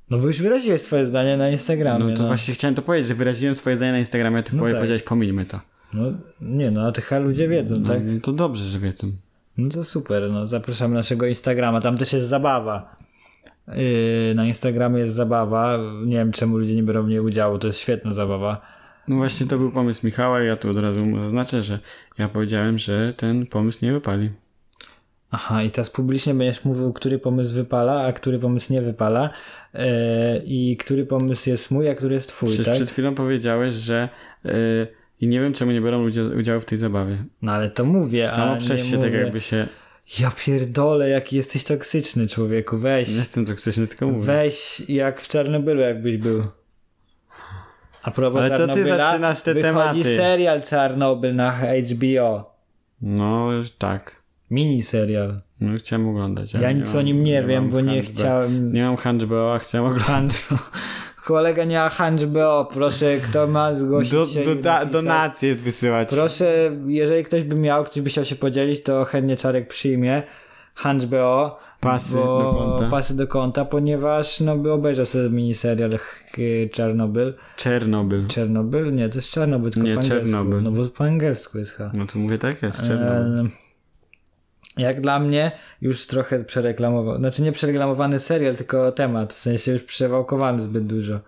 Speaker 2: No bo już wyraziłeś swoje zdanie na Instagramie.
Speaker 1: No
Speaker 2: No,
Speaker 1: to właśnie chciałem to powiedzieć, że wyraziłem swoje zdanie na Instagramie, a ty
Speaker 2: No
Speaker 1: powie-
Speaker 2: tak.
Speaker 1: powiedziałeś, pomińmy to.
Speaker 2: no nie, no a tych ludzie wiedzą,
Speaker 1: No,
Speaker 2: tak?
Speaker 1: no to dobrze, że wiedzą.
Speaker 2: No to super, no zapraszamy naszego Instagrama, tam też jest zabawa. Yy, na Instagramie jest zabawa, nie wiem czemu ludzie nie biorą w niej udziału, to jest świetna zabawa.
Speaker 1: No właśnie to był pomysł Michała i ja tu od razu mu zaznaczę, że ja powiedziałem, że ten pomysł nie wypali.
Speaker 2: Aha, i teraz publicznie będziesz mówił, który pomysł wypala, a który pomysł nie wypala yy, i który pomysł jest mój, a który jest twój,
Speaker 1: Przecież
Speaker 2: tak?
Speaker 1: przed chwilą powiedziałeś, że yy, i nie wiem czemu nie biorą ludzie udziału w tej zabawie.
Speaker 2: No ale to mówię,
Speaker 1: Samo
Speaker 2: a
Speaker 1: przez
Speaker 2: nie
Speaker 1: się
Speaker 2: mówię...
Speaker 1: tak jakby się...
Speaker 2: Ja pierdolę, jaki jesteś toksyczny, człowieku, weź.
Speaker 1: Nie jestem toksyczny, tylko mówię.
Speaker 2: Weź jak w Czarnobylu, jakbyś był. A propos
Speaker 1: Ale to ty
Speaker 2: Czarnobyla,
Speaker 1: zaczynasz te
Speaker 2: wychodzi
Speaker 1: tematy.
Speaker 2: serial Czarnobyl na HBO.
Speaker 1: No tak.
Speaker 2: Miniserial.
Speaker 1: No chciałem oglądać. ale
Speaker 2: Ja nic
Speaker 1: mam-
Speaker 2: o nim nie, wiem,
Speaker 1: mam
Speaker 2: bo nie
Speaker 1: handba-
Speaker 2: chciałem...
Speaker 1: Nie mam handbała, a chciałem oglądać.
Speaker 2: Handbo. Kolega nie ma HBO. Proszę, kto ma zgłosić
Speaker 1: Do,
Speaker 2: się i
Speaker 1: do, da,
Speaker 2: napisać.
Speaker 1: donacje wysyłać.
Speaker 2: Proszę, jeżeli ktoś by miał, ktoś by chciał się podzielić, to chętnie Czarek przyjmie. Handbo.
Speaker 1: Pasy do konta.
Speaker 2: Pasy do konta, ponieważ no by obejrzał sobie miniserial ch- Czarnobyl.
Speaker 1: Czernobyl.
Speaker 2: Czernobyl? Nie, to jest Czarnobyl, tylko
Speaker 1: Nie,
Speaker 2: po angielsku.
Speaker 1: Czernobyl.
Speaker 2: No bo po angielsku jest H.
Speaker 1: No to mówię tak
Speaker 2: Eee,
Speaker 1: jest, Czernobyl.
Speaker 2: Em, Jak dla mnie już trochę przereklamowany, znaczy nie przereklamowany serial, tylko temat, w sensie już przewałkowany zbyt dużo.
Speaker 1: Jak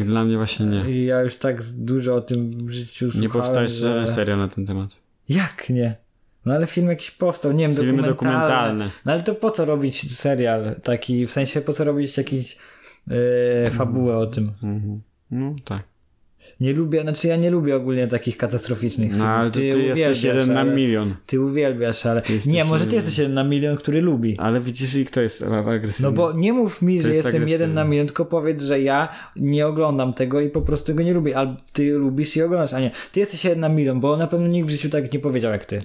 Speaker 1: Tak, dla mnie właśnie nie.
Speaker 2: I ja już tak z- dużo o tym w życiu
Speaker 1: Nie
Speaker 2: słuchałem,
Speaker 1: powstałeś
Speaker 2: że...
Speaker 1: żaden serial na ten temat.
Speaker 2: Jak nie? No ale film jakiś powstał, nie wiem,
Speaker 1: Filmy
Speaker 2: dokumentalny.
Speaker 1: dokumentalne.
Speaker 2: No ale to po co robić serial taki, w sensie po co robić jakiś e, fabułę o tym?
Speaker 1: Mhm. No tak.
Speaker 2: Nie lubię, znaczy ja nie lubię ogólnie takich katastroficznych filmów.
Speaker 1: No ale to ty,
Speaker 2: uwielbiasz,
Speaker 1: jesteś jeden na
Speaker 2: ale-
Speaker 1: milion.
Speaker 2: Ty uwielbiasz, ale.
Speaker 1: Jesteś
Speaker 2: nie, może ty
Speaker 1: jeden-
Speaker 2: jesteś jeden na milion, który lubi.
Speaker 1: Ale widzisz i kto jest a- agresywny.
Speaker 2: No bo nie mów mi, że
Speaker 1: jest
Speaker 2: jestem jeden
Speaker 1: agresywne.
Speaker 2: na milion, tylko powiedz, że ja nie oglądam tego i po prostu go nie lubię. Albo ty lubisz i oglądasz, a nie. Ty jesteś jeden na milion, bo na pewno nikt w życiu tak nie powiedział jak ty.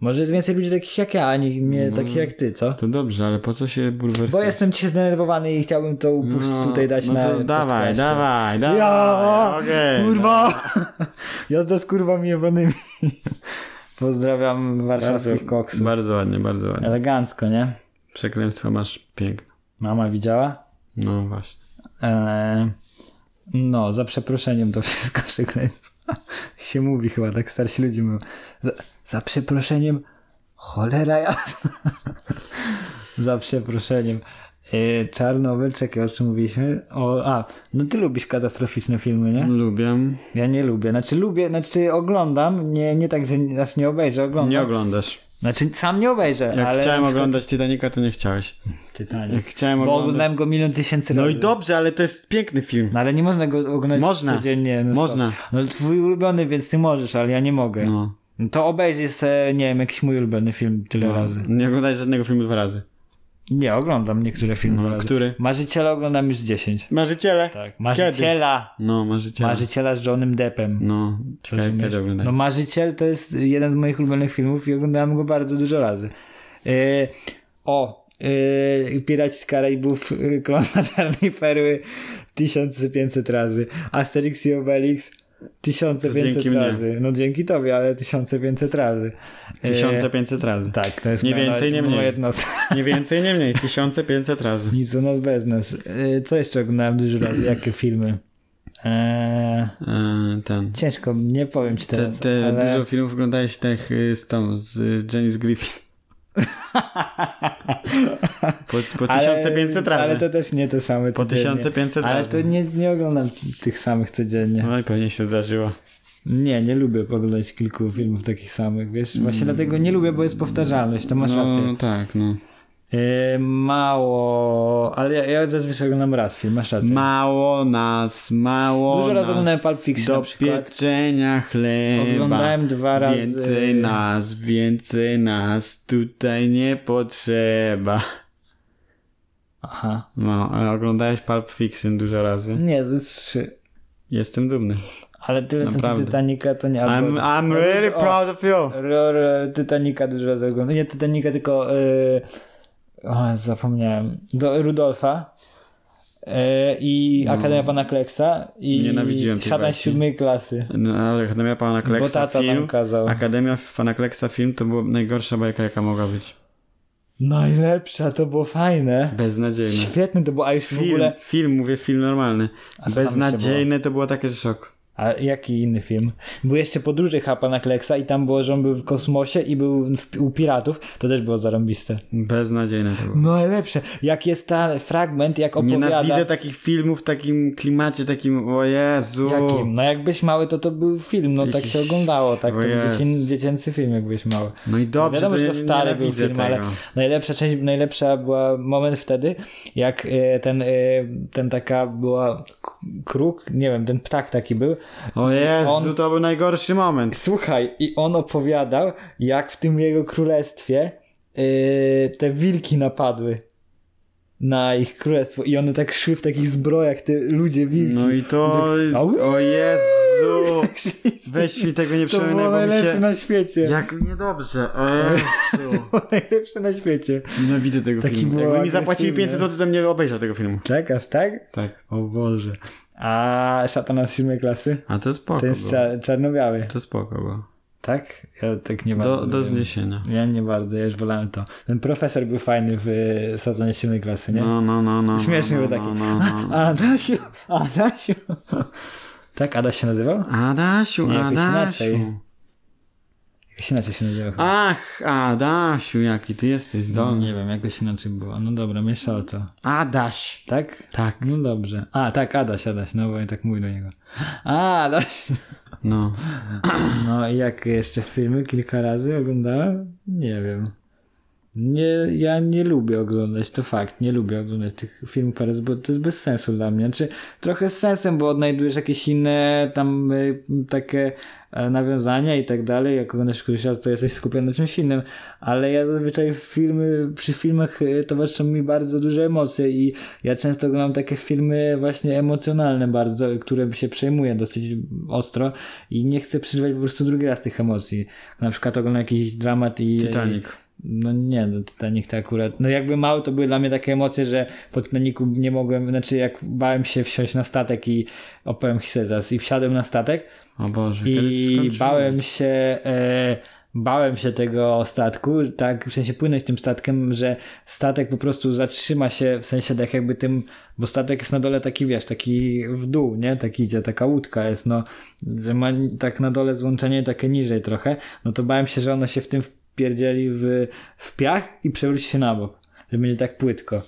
Speaker 2: Może jest więcej ludzi takich jak ja, a nie
Speaker 1: No.
Speaker 2: nie takich jak ty, co?
Speaker 1: To dobrze, ale po co się bulwersować?
Speaker 2: Bo jestem cię zdenerwowany i chciałbym to upuścić tutaj dać
Speaker 1: no
Speaker 2: na.
Speaker 1: to dawaj,
Speaker 2: podcaście.
Speaker 1: dawaj, dawaj,
Speaker 2: Ja,
Speaker 1: okej. no.
Speaker 2: kurwa! Jazda z kurwami jebanymi. Pozdrawiam warszawskich koksów.
Speaker 1: Bardzo ładnie, bardzo ładnie.
Speaker 2: Elegancko, nie?
Speaker 1: Przeklęstwa masz piękne.
Speaker 2: Mama widziała?
Speaker 1: No właśnie.
Speaker 2: Eee, no, za przeproszeniem to wszystko przekleństwo. Tak się mówi chyba, tak starsi ludzie mówią. Za, za przeproszeniem, cholera jasna. za przeproszeniem. Eee, Czarnobyl, czekaj, o czym mówiliśmy? O, a, no ty lubisz katastroficzne filmy,
Speaker 1: Mm.
Speaker 2: nie?
Speaker 1: Lubię.
Speaker 2: Ja nie lubię. Znaczy lubię, znaczy oglądam, nie, nie tak, że nie, znaczy nie obejrzę, oglądam.
Speaker 1: Nie oglądasz.
Speaker 2: Znaczy sam nie obejrzę,
Speaker 1: Jak
Speaker 2: ale...
Speaker 1: chciałem oglądać Titanica, to nie chciałeś.
Speaker 2: Titanic.
Speaker 1: Jak chciałem
Speaker 2: Bo
Speaker 1: oglądać...
Speaker 2: oglądałem go milion tysięcy
Speaker 1: No
Speaker 2: razy.
Speaker 1: i dobrze, ale to jest piękny film.
Speaker 2: No ale nie można go oglądać
Speaker 1: Można.
Speaker 2: codziennie. No
Speaker 1: Można.
Speaker 2: stop. No twój ulubiony, więc ty możesz, ale ja nie mogę. No.
Speaker 1: No.
Speaker 2: To obejrzyj se, nie wiem, jakiś mój ulubiony film tyle razy.
Speaker 1: Nie oglądałeś żadnego filmu dwa razy.
Speaker 2: Nie, oglądam niektóre filmy
Speaker 1: No,
Speaker 2: razy.
Speaker 1: który?
Speaker 2: Marzyciela oglądam już 10.
Speaker 1: Marzyciele.
Speaker 2: Tak. Marzyciela.
Speaker 1: No, marzyciele.
Speaker 2: Marzyciela z Johnem Deppem.
Speaker 1: No, kiedy,
Speaker 2: Rozumiesz?
Speaker 1: kiedy oglądałeś?
Speaker 2: No Marzyciel to jest jeden z moich ulubionych filmów i oglądałem go bardzo dużo razy. Yy, o, yy, Piraci z Karaibów, yy, Klona Czarnej Perły 1500 razy. Asterix i Obelix 1500
Speaker 1: Dzięki mnie.
Speaker 2: razy. No dzięki tobie, ale 1500 razy. Yy,
Speaker 1: 1500 razy.
Speaker 2: tak, to jest
Speaker 1: Nie
Speaker 2: moja-
Speaker 1: więcej, nie
Speaker 2: moja
Speaker 1: mniej.
Speaker 2: jednostka.
Speaker 1: Nie więcej, nie mniej. 1500 razy.
Speaker 2: Nic u nas bez nas. Yy, co jeszcze oglądałem dużo razy? Jakie filmy? Eee,
Speaker 1: E, ten.
Speaker 2: ciężko, nie powiem ci
Speaker 1: Te,
Speaker 2: teraz.
Speaker 1: te
Speaker 2: ale...
Speaker 1: Dużo filmów oglądałeś tych y, z tą, z y, Janice Griffin. Po, po 1500 razy.
Speaker 2: Ale to też nie te same
Speaker 1: Po 1500
Speaker 2: Ale
Speaker 1: razy.
Speaker 2: to nie, nie oglądam t- tych samych codziennie.
Speaker 1: No i pewnie się zdarzyło.
Speaker 2: Nie, nie lubię oglądać kilku filmów takich samych, wiesz? Właśnie dlatego nie lubię, bo jest powtarzalność, to masz
Speaker 1: Mm. no
Speaker 2: rację.
Speaker 1: tak, no.
Speaker 2: Yy, mało, ale ja, ja zazwyczaj oglądam raz film, masz rację.
Speaker 1: Mało nas, mało
Speaker 2: Dużo
Speaker 1: nas.
Speaker 2: razy oglądałem Pulp Fiction na
Speaker 1: Do
Speaker 2: przykład.
Speaker 1: pieczenia chleba.
Speaker 2: Oglądałem dwa razy.
Speaker 1: Więcej nas, więcej nas, tutaj nie potrzeba.
Speaker 2: Aha.
Speaker 1: No, a oglądałeś Pulp Fiction dużo razy.
Speaker 2: Nie, to trzy.
Speaker 1: Jestem dumny.
Speaker 2: Ale tyle co ty
Speaker 1: Naprawdę.
Speaker 2: Titanica to nie...
Speaker 1: I'm,
Speaker 2: albo-
Speaker 1: I'm really
Speaker 2: No O,
Speaker 1: proud of you.
Speaker 2: Ror e, Titanica dużo razy oglądam. Nie Titanica, tylko... Yy... O, zapomniałem. Do Rudolfa. Yy, I Akademia Pana Kleksa. I
Speaker 1: No. Nienawidziłem tej
Speaker 2: Szatan
Speaker 1: bajki.
Speaker 2: siódmej klasy.
Speaker 1: No, ale Akademia Pana
Speaker 2: Bo
Speaker 1: Kleksa
Speaker 2: tata nam
Speaker 1: film.
Speaker 2: kazał.
Speaker 1: Akademia Pana Kleksa film to była najgorsza bajka jaka mogła być.
Speaker 2: Najlepsza, to było fajne.
Speaker 1: Beznadziejne.
Speaker 2: Świetny to był, a już w
Speaker 1: No. Film,
Speaker 2: ogóle...
Speaker 1: film, mówię film normalny.
Speaker 2: A co tam
Speaker 1: Beznadziejne to było takie że szok.
Speaker 2: A jaki inny film? Był jeszcze podróży Hapa na Kleksa i tam było, że on był w kosmosie i był w, u piratów. To też było zarąbiste.
Speaker 1: Beznadziejne to było.
Speaker 2: No najlepsze. Jak jest ten fragment, jak opowiada...
Speaker 1: Nienawidzę takich filmów w takim klimacie, takim o Jezu.
Speaker 2: Jakim? No jak byś mały, to to był film, no tak się
Speaker 1: Jakiś-
Speaker 2: oglądało, tak, to
Speaker 1: O
Speaker 2: był
Speaker 1: Jezu.
Speaker 2: dziecię, dziecięcy film, jak byś mały.
Speaker 1: No i dobrze,
Speaker 2: Wiadomo,
Speaker 1: to
Speaker 2: że
Speaker 1: ja
Speaker 2: to stary był
Speaker 1: nienawidzę
Speaker 2: film,
Speaker 1: tego.
Speaker 2: ale najlepsza część, najlepsza była moment wtedy, jak e, ten, e, ten taka była k- kruk, nie wiem, ten ptak taki był,
Speaker 1: O Jezu,
Speaker 2: On-
Speaker 1: to był najgorszy moment.
Speaker 2: Słuchaj, i on opowiadał, jak w tym jego królestwie yy, te wilki napadły na ich królestwo i one tak szły w takich zbrojach, te ludzie wilki.
Speaker 1: No i to...
Speaker 2: Au!
Speaker 1: O Jezu! Weź mi tego nie
Speaker 2: to było
Speaker 1: przypominaj, bo mi
Speaker 2: najlepsze
Speaker 1: się...
Speaker 2: na świecie.
Speaker 1: Jak niedobrze. O Jezu.
Speaker 2: To było najlepsze na świecie.
Speaker 1: Nienawidzę tego
Speaker 2: Taki
Speaker 1: filmu.
Speaker 2: było
Speaker 1: Jakby mi zapłacili
Speaker 2: agresywny.
Speaker 1: 500 zł, to bym nie obejrzał tego filmu.
Speaker 2: Tak, aż tak?
Speaker 1: Tak.
Speaker 2: O Boże. A szatana z siódmej klasy?
Speaker 1: A to spoko
Speaker 2: To jest
Speaker 1: było.
Speaker 2: cza- czarno-biały.
Speaker 1: To spoko było.
Speaker 2: Tak? Ja tak nie bardzo
Speaker 1: Do, do
Speaker 2: wiem.
Speaker 1: zniesienia.
Speaker 2: Ja nie bardzo, ja już wolałem to. Ten profesor był fajny w y, szatanie z siódmej klasy, nie?
Speaker 1: No, no, no, no.
Speaker 2: Śmieszny
Speaker 1: no,
Speaker 2: był
Speaker 1: No,
Speaker 2: taki.
Speaker 1: no, no.
Speaker 2: Adasiu, Adasiu. Tak, Adaś się nazywał?
Speaker 1: Adasiu,
Speaker 2: Nie, jakoś inaczej.
Speaker 1: Adasiu.
Speaker 2: Jakoś inaczej się nazywał. chyba.
Speaker 1: Ach, Adasiu, jaki ty jesteś zdolny.
Speaker 2: Nie wiem, jakoś inaczej było. No dobra, miesza o to.
Speaker 1: Adaś.
Speaker 2: Tak?
Speaker 1: Tak.
Speaker 2: No dobrze. A, tak, Adaś, Adaś, no bo ja tak mówi do niego. A, Adaś.
Speaker 1: No.
Speaker 2: No i jak jeszcze filmy kilka razy oglądałem? Nie wiem. Nie, ja nie lubię oglądać, to fakt, nie lubię oglądać tych filmów teraz, bo to jest bez sensu dla mnie. Czy trochę z sensem, bo odnajdujesz jakieś inne tam y, takie e, nawiązania i tak dalej. Jak oglądasz któryś raz, to jesteś skupiony na czymś innym, ale ja zazwyczaj filmy, przy filmach y, towarzyszą mi bardzo duże emocje i ja często oglądam takie filmy właśnie emocjonalne bardzo, które się przejmuję dosyć ostro i nie chcę przeżywać po prostu drugi raz tych emocji. Na przykład oglądam jakiś dramat i...
Speaker 1: Titanic.
Speaker 2: No nie, no Titanic to akurat. No jakby mały to były dla mnie takie emocje, że po Titanicu nie mogłem, znaczy jak bałem się wsiąść na statek i opowiem historię zaraz i wsiadłem na statek
Speaker 1: O Boże, kiedy ty
Speaker 2: i
Speaker 1: skończyłeś?
Speaker 2: bałem się. E, Bałem się tego statku, tak, w sensie płynąć tym statkiem, że statek po prostu zatrzyma się, w sensie tak jakby tym, bo statek jest na dole taki, wiesz, taki w dół, nie, tak idzie, taka łódka jest, no, że ma tak na dole złączenie takie niżej trochę, no to bałem się, że ono się w tym wpierdzieli w, w piach i przewróci się na bok, że będzie tak płytko.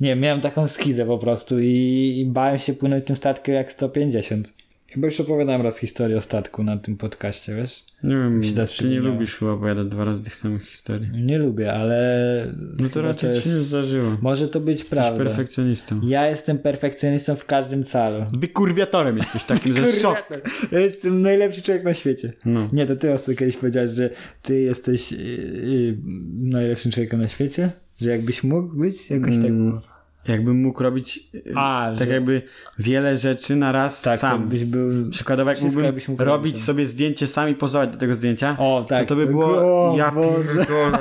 Speaker 2: Nie, miałem taką skizę po prostu i, i bałem się płynąć tym statkiem jak 150. Chyba już opowiadałem raz historię o statku na tym podcaście, wiesz?
Speaker 1: Nie wiem,
Speaker 2: się teraz
Speaker 1: ty nie
Speaker 2: przypomniało.
Speaker 1: lubisz chyba opowiadać dwa razy tych samych historii.
Speaker 2: Nie lubię, ale.
Speaker 1: No
Speaker 2: chyba
Speaker 1: to raczej ci się nie zdarzyło.
Speaker 2: Może to być
Speaker 1: Jesteś
Speaker 2: prawda.
Speaker 1: perfekcjonistą.
Speaker 2: Ja jestem perfekcjonistą w każdym calu.
Speaker 1: Bykurwiatorem jesteś takim, że szok.
Speaker 2: Ja jestem najlepszy człowiek na świecie.
Speaker 1: No.
Speaker 2: Nie, to ty ostatnio kiedyś powiedziałeś, że ty jesteś yy, yy, najlepszym człowiekiem na świecie? Że jakbyś mógł być? Jakoś tak było.
Speaker 1: Mm, Jakbym mógł robić e,
Speaker 2: A,
Speaker 1: tak
Speaker 2: że-
Speaker 1: jakby wiele rzeczy na raz
Speaker 2: Tak,
Speaker 1: sam.
Speaker 2: to byś był...
Speaker 1: Przykładowo, jak
Speaker 2: Wszystko
Speaker 1: mógłbym
Speaker 2: jakbyś mógł
Speaker 1: robić
Speaker 2: robić. no.
Speaker 1: sobie zdjęcie sam i pozować do tego zdjęcia,
Speaker 2: O, tak.
Speaker 1: to to by
Speaker 2: to-
Speaker 1: było...
Speaker 2: O,
Speaker 1: ja
Speaker 2: Boże.
Speaker 1: pierdolę.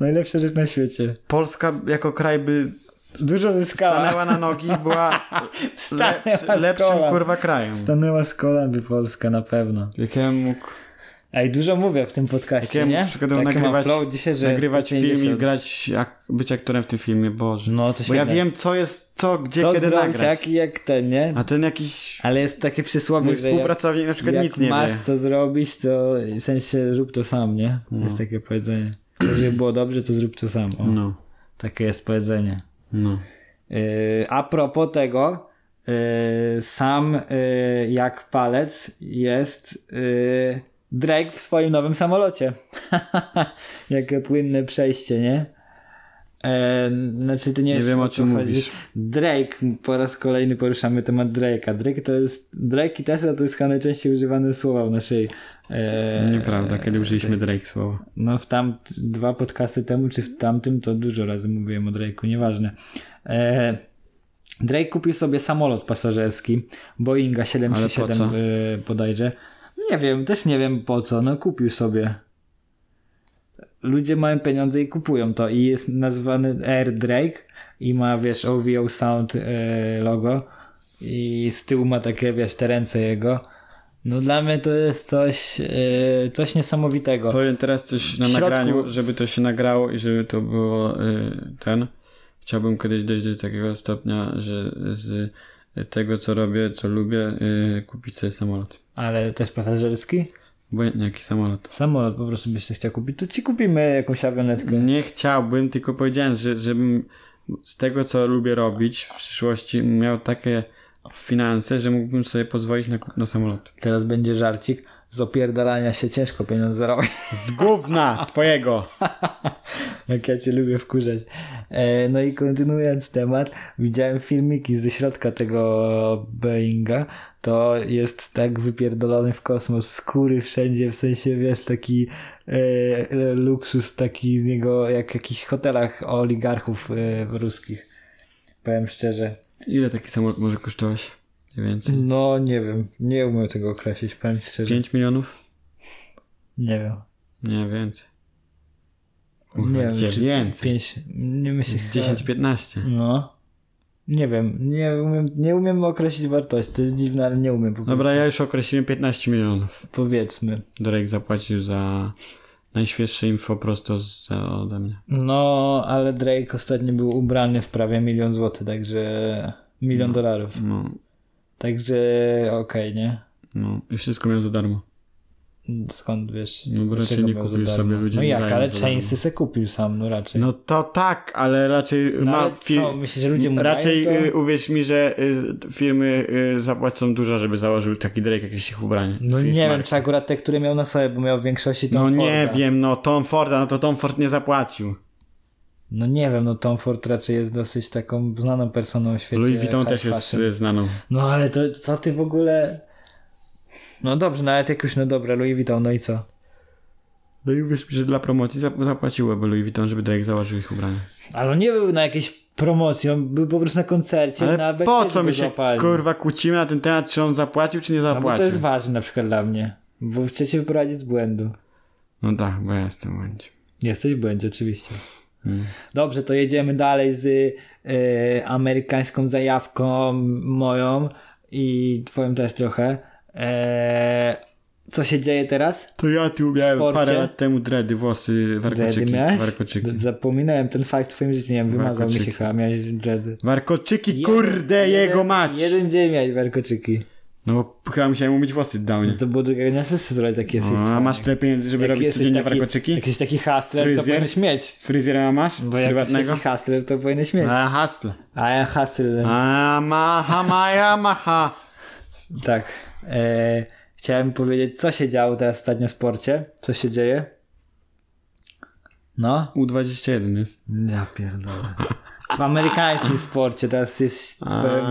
Speaker 2: Najlepsza rzecz na świecie.
Speaker 1: Polska jako kraj by
Speaker 2: Dużo zyskała.
Speaker 1: stanęła na nogi i była
Speaker 2: Stanęła
Speaker 1: lepszy,
Speaker 2: z
Speaker 1: lepszym
Speaker 2: kolan.
Speaker 1: kurwa krajem.
Speaker 2: Stanęła z kolan by Polska na pewno.
Speaker 1: Jak ja mógł
Speaker 2: Ej, dużo mówię w tym
Speaker 1: jak
Speaker 2: podcaście,
Speaker 1: Tak, ja
Speaker 2: nie?
Speaker 1: mógł przykładowo
Speaker 2: Taki mam
Speaker 1: nagrywać,
Speaker 2: flow dzisiaj, że
Speaker 1: nagrywać film i
Speaker 2: 150.
Speaker 1: grać, jak, być aktorem w tym filmie, Boże.
Speaker 2: No, to
Speaker 1: Bo ja
Speaker 2: świetne.
Speaker 1: wiem, co jest, co, gdzie,
Speaker 2: Co
Speaker 1: kiedy
Speaker 2: zrobić,
Speaker 1: nagrać.
Speaker 2: jak, jak ten, nie?
Speaker 1: A ten jakiś
Speaker 2: Ale jest takie przysłowie,
Speaker 1: mój
Speaker 2: że jak-
Speaker 1: współpracownik na przykład
Speaker 2: jak
Speaker 1: nic nie
Speaker 2: masz
Speaker 1: wie.
Speaker 2: co zrobić, to w sensie rób to sam, nie? Jest takie powiedzenie. Chcesz, żeby było dobrze, to zrób to sam. O,
Speaker 1: No. No,
Speaker 2: Takie jest powiedzenie.
Speaker 1: no.
Speaker 2: Yy, a propos tego, yy, sam yy, jak palec jest yy, Drake w swoim nowym samolocie. Jakie płynne przejście, nie? E, znaczy ty nie,
Speaker 1: Nie
Speaker 2: wiesz,
Speaker 1: wiem, o
Speaker 2: co
Speaker 1: czym
Speaker 2: chodzi.
Speaker 1: mówisz.
Speaker 2: Drake, po raz kolejny poruszamy temat Drake'a. Drake to jest, Drake i Tesla to jest chyba najczęściej używane słowa w naszej... E,
Speaker 1: Nieprawda, kiedy użyliśmy Drake słowa.
Speaker 2: No w tam dwa podcasty temu, czy w tamtym, to dużo razy mówiłem o Drake'u, nieważne. E, Drake kupił sobie samolot pasażerski, Boeinga 737
Speaker 1: Ale po co?
Speaker 2: e, bodajże. Nie wiem, też nie wiem po co, no kupił sobie. Ludzie mają pieniądze i kupują to i jest nazwany Air Drake i ma, wiesz, OVO Sound e, logo i z tyłu ma takie, wiesz, te ręce jego. No dla mnie to jest coś, e, coś niesamowitego.
Speaker 1: Powiem teraz coś na
Speaker 2: W środku-
Speaker 1: nagraniu, żeby to się nagrało i żeby to było y, ten. Chciałbym kiedyś dojść do takiego stopnia, że z tego, co robię, co lubię, y, kupić sobie samolot.
Speaker 2: Ale też pasażerski?
Speaker 1: Obojętnie jaki samolot.
Speaker 2: Samolot po prostu byś sobie chciał kupić, to ci kupimy jakąś awionetkę.
Speaker 1: Nie chciałbym, tylko powiedziałem, że, żebym z tego, co lubię robić w przyszłości, miał takie finanse, że mógłbym sobie pozwolić na kupno samolotu.
Speaker 2: Teraz będzie żarcik. Z opierdalania się ciężko pieniądze zarobić.
Speaker 1: Z gówna twojego!
Speaker 2: Jak ja cię lubię wkurzać. E, no i kontynuując temat, widziałem filmiki ze środka tego Boeinga. To jest tak wypierdolony w kosmos, skóry wszędzie, w sensie wiesz, taki e, e, luksus, taki z niego jak w jakichś hotelach oligarchów e, ruskich. Powiem szczerze.
Speaker 1: Ile taki samolot może kosztować? Mniej więcej.
Speaker 2: No nie wiem, nie umiem tego określić, powiem szczerze.
Speaker 1: 5 milionów?
Speaker 2: Nie wiem.
Speaker 1: Nie, więcej.
Speaker 2: nie
Speaker 1: Kurwa, gdzie
Speaker 2: czy
Speaker 1: więcej?
Speaker 2: Pięć, nie myślę.
Speaker 1: Z 10-15.
Speaker 2: No. Nie wiem, nie umiem, nie umiem określić wartości. To jest dziwne, ale nie umiem po prostu.
Speaker 1: Dobra, ja już określiłem 15 milionów.
Speaker 2: Powiedzmy.
Speaker 1: Derek zapłacił za najświeższe info prosto z, ode mnie.
Speaker 2: No, ale Drake ostatnio był ubrany w prawie milion złotych, także milion dolarów.
Speaker 1: No,
Speaker 2: Także okej, nie?
Speaker 1: no. I wszystko miał za darmo.
Speaker 2: Skąd wiesz?
Speaker 1: No bo
Speaker 2: dlaczego
Speaker 1: raczej nie
Speaker 2: miał za
Speaker 1: kupił
Speaker 2: darmo?
Speaker 1: sobie, ludzie
Speaker 2: No
Speaker 1: nie
Speaker 2: jak,
Speaker 1: dają
Speaker 2: ale
Speaker 1: za darmo.
Speaker 2: Chainsy se kupił sam, no raczej.
Speaker 1: No to tak, ale raczej
Speaker 2: No,
Speaker 1: ma
Speaker 2: ale
Speaker 1: fi-
Speaker 2: co, myślisz, że ludzie mu
Speaker 1: Raczej
Speaker 2: dają to?
Speaker 1: y, uwierz mi, że y, firmy y, zapłacą dużo, żeby założył taki Drake jakieś ich ubranie.
Speaker 2: No
Speaker 1: Firm
Speaker 2: nie wiem,
Speaker 1: market.
Speaker 2: czy akurat te, które miał na sobie, bo miał w większości tą
Speaker 1: No nie
Speaker 2: Forda.
Speaker 1: wiem, no Tom Forda, no to Tom Ford nie zapłacił.
Speaker 2: No nie wiem, no Tom Ford raczej jest dosyć taką znaną personą w świecie.
Speaker 1: Louis Vuitton
Speaker 2: high
Speaker 1: też jest
Speaker 2: fashion.
Speaker 1: y, znaną.
Speaker 2: No ale to co ty w ogóle... No dobrze, nawet jak już, no dobra, Louis Vuitton, no i co?
Speaker 1: No i uwierz mi, że dla promocji zap- zapłaciłoby Louis Vuitton, żeby Drake założył ich ubranie.
Speaker 2: Ale on nie był na jakiejś promocji, on był po prostu na koncercie, na
Speaker 1: Ale po
Speaker 2: backstage'u
Speaker 1: co
Speaker 2: go
Speaker 1: my się
Speaker 2: złapali.
Speaker 1: kurwa kłócimy na ten temat, czy on zapłacił, czy nie
Speaker 2: No bo to
Speaker 1: zapłacił?
Speaker 2: jest ważne na przykład dla mnie, bo chcecie wyprowadzić z błędu.
Speaker 1: No tak, bo ja jestem łędź.
Speaker 2: Jesteś w błędzie, oczywiście.
Speaker 1: Hmm.
Speaker 2: Dobrze, to jedziemy dalej z e, amerykańską zajawką moją i twoją też trochę. E, co się dzieje teraz?
Speaker 1: To ja tu miałem
Speaker 2: sporcie?
Speaker 1: parę lat temu dredy, włosy, warkoczyki.
Speaker 2: Dready miałeś?
Speaker 1: Warkoczyki.
Speaker 2: D- Zapominałem ten fakt w twoim życiu, nie wiem, wymazał mi się
Speaker 1: Warkoczyki.
Speaker 2: chyba, miałeś dready.
Speaker 1: Warkoczyki, kurde, jego mać!
Speaker 2: Jeden dzień miałeś warkoczyki.
Speaker 1: No bo chyba musiałem umyć włosy downie.
Speaker 2: No To było drugiego dnia sesji zrobić takie jest.
Speaker 1: No, a masz tyle pieniędzy, żeby robić codziennie warkoczyki?
Speaker 2: Jak jesteś taki hustler, to
Speaker 1: Fryzjer?
Speaker 2: powinieneś mieć.
Speaker 1: Fryzjera masz?
Speaker 2: Bo jak jesteś
Speaker 1: Prywatnego? No.
Speaker 2: taki hustler, to powinieneś mieć.
Speaker 1: A, hasle.
Speaker 2: A ja hustler.
Speaker 1: A, maha, maja, maha.
Speaker 2: Tak. E, chciałem powiedzieć, co się działo teraz ostatnio w sporcie. Co się dzieje? No.
Speaker 1: U21 jest.
Speaker 2: Ja pierdolę. W amerykańskim sporcie teraz jest powiem,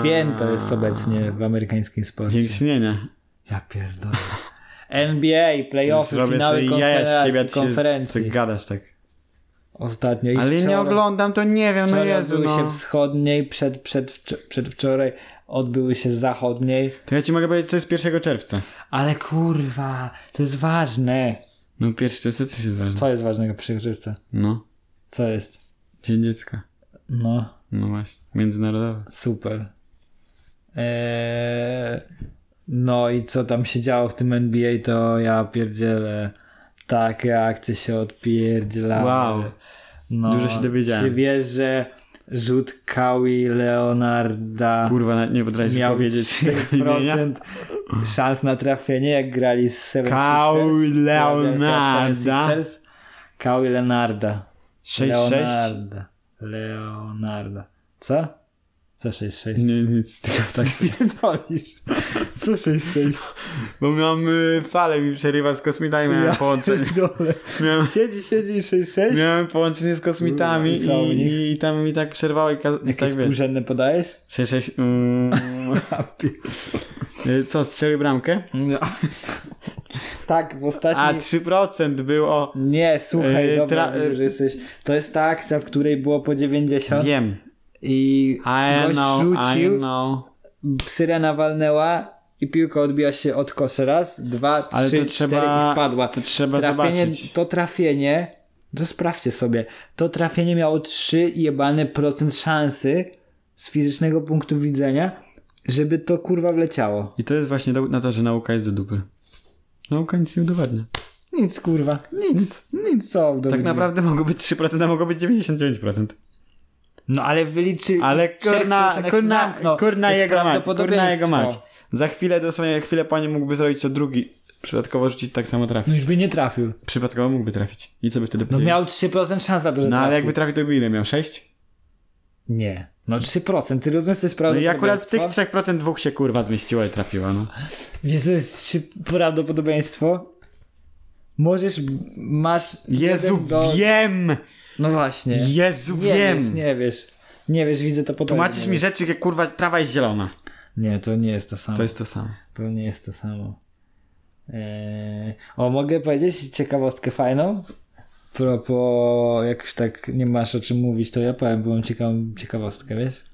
Speaker 2: święto jest obecnie w amerykańskim sporcie.
Speaker 1: Dziękczynienia.
Speaker 2: Ja pierdolę. NBA, playoffy,
Speaker 1: Robię
Speaker 2: finały
Speaker 1: sobie jaja z ciebie, a
Speaker 2: konferencji.
Speaker 1: ty się
Speaker 2: konferencji.
Speaker 1: z- gadasz tak.
Speaker 2: Ostatnio i
Speaker 1: Ale ja nie
Speaker 2: wczoraj-
Speaker 1: oglądam, to nie wiem, no
Speaker 2: Wczoraj
Speaker 1: Jezu,
Speaker 2: odbyły się
Speaker 1: no.
Speaker 2: wschodniej, przed, przed, wczo- przedwczoraj odbyły się zachodniej.
Speaker 1: To ja ci mogę powiedzieć, co jest 1 czerwca.
Speaker 2: Ale kurwa, to jest ważne.
Speaker 1: No 1 czerwca coś jest ważne.
Speaker 2: Co jest ważnego przy żywce?
Speaker 1: No.
Speaker 2: Co jest?
Speaker 1: Dzień dziecka.
Speaker 2: No,
Speaker 1: No właśnie. Międzynarodowe.
Speaker 2: Tak. super. Eee, no i co tam się działo w tym NBA, to ja pierdzielę. Takie akcje się odpierdzielały.
Speaker 1: Wow.
Speaker 2: No,
Speaker 1: Dużo się dowiedziałem.
Speaker 2: Się bierze rzut Kawi Leonarda.
Speaker 1: Kurwa, nawet nie potrafisz
Speaker 2: miał
Speaker 1: powiedzieć tego imienia.
Speaker 2: 3% szans na trafienie, jak grali z Seven
Speaker 1: Kawhi Leonarda.
Speaker 2: Kaui Leonarda.
Speaker 1: 6-6.
Speaker 2: Leonarda. Leonarda. Co? Co 6-6?
Speaker 1: Nie, nic z tego tak.
Speaker 2: Spierdolisz. Co 6-6?
Speaker 1: Bo miałem y, falę mi przerywa z kosmitami, miałem połączenie.
Speaker 2: pierdolę.
Speaker 1: Miałem,
Speaker 2: Siedzi, siedzi i 6-6?
Speaker 1: miałem połączenie z kosmitami
Speaker 2: I co u
Speaker 1: i,
Speaker 2: nich?
Speaker 1: i, tam mi tak przerwało i ka-
Speaker 2: Jakieś
Speaker 1: tak wiesz.
Speaker 2: współrzędne podajesz?
Speaker 1: 6, 6, mm, y, co, strzelił bramkę?
Speaker 2: No. tak, w
Speaker 1: A
Speaker 2: ostatniej...
Speaker 1: 3% był o...
Speaker 2: Nie, słuchaj,
Speaker 1: Yy,
Speaker 2: dobra,
Speaker 1: tra-
Speaker 2: widzę, że jesteś... To jest ta akcja, w której było po 90
Speaker 1: Wiem.
Speaker 2: i
Speaker 1: I
Speaker 2: gość
Speaker 1: know, I
Speaker 2: rzucił,
Speaker 1: know.
Speaker 2: syrena walnęła i piłka odbiła się od kosza raz, dwa,
Speaker 1: Ale
Speaker 2: trzy,
Speaker 1: to trzeba-
Speaker 2: cztery i wpadła.
Speaker 1: to trzeba
Speaker 2: trafienie,
Speaker 1: zobaczyć.
Speaker 2: To trafienie, to sprawdźcie sobie, to trafienie miało 3 jebany procent szansy z fizycznego punktu widzenia, żeby to kurwa wleciało.
Speaker 1: I to jest właśnie dowód na to, że nauka jest do dupy. Nauka nic nie udowadnia.
Speaker 2: Nic kurwa, nic, nic co
Speaker 1: Tak
Speaker 2: udowodniło.
Speaker 1: naprawdę mogło być 3%, a mogło być 99%.
Speaker 2: No ale wyliczy...
Speaker 1: Ale
Speaker 2: trzech
Speaker 1: kurna,
Speaker 2: piosenek
Speaker 1: kurna,
Speaker 2: zamknął.
Speaker 1: kurna
Speaker 2: tak no, Jest
Speaker 1: jego mać, kurna
Speaker 2: prawdopodobieństwo.
Speaker 1: jego mać. Za chwilę, dosłownie chwilę pani mógłby zrobić co drugi. Przypadkowo rzucić tak samo trafi.
Speaker 2: No już by nie trafił.
Speaker 1: Przypadkowo mógłby trafić. I co by wtedy
Speaker 2: No
Speaker 1: powiedzieli?
Speaker 2: miał 3% szans na to, że
Speaker 1: No ale
Speaker 2: trafił.
Speaker 1: jakby trafił, to by ile miał? 6?
Speaker 2: Nie. No 3%, ty rozumiesz, co jest
Speaker 1: No i
Speaker 2: prawdopodobieństwo?
Speaker 1: akurat w tych 3% dwóch się kurwa zmieściło i trafiła, no.
Speaker 2: Wiesz, co jest trzy- prawdopodobieństwo? Możesz, masz...
Speaker 1: Jezu,
Speaker 2: jeden do-
Speaker 1: wiem!
Speaker 2: No właśnie.
Speaker 1: Jezu,
Speaker 2: nie
Speaker 1: wiem!
Speaker 2: Wiesz, nie wiesz. Nie wiesz, widzę to po tobie,
Speaker 1: Tłumaczysz
Speaker 2: nie
Speaker 1: mi
Speaker 2: wiesz.
Speaker 1: rzeczy, jak kurwa trawa jest zielona.
Speaker 2: No. Nie, to nie jest to samo.
Speaker 1: To
Speaker 2: To,
Speaker 1: jest to samo.
Speaker 2: nie jest to samo. Eee... O, mogę powiedzieć ciekawostkę fajną? Propos, jak już tak nie masz o czym mówić, to ja powiem, bo mam ciekawą ciekawostkę, wiesz?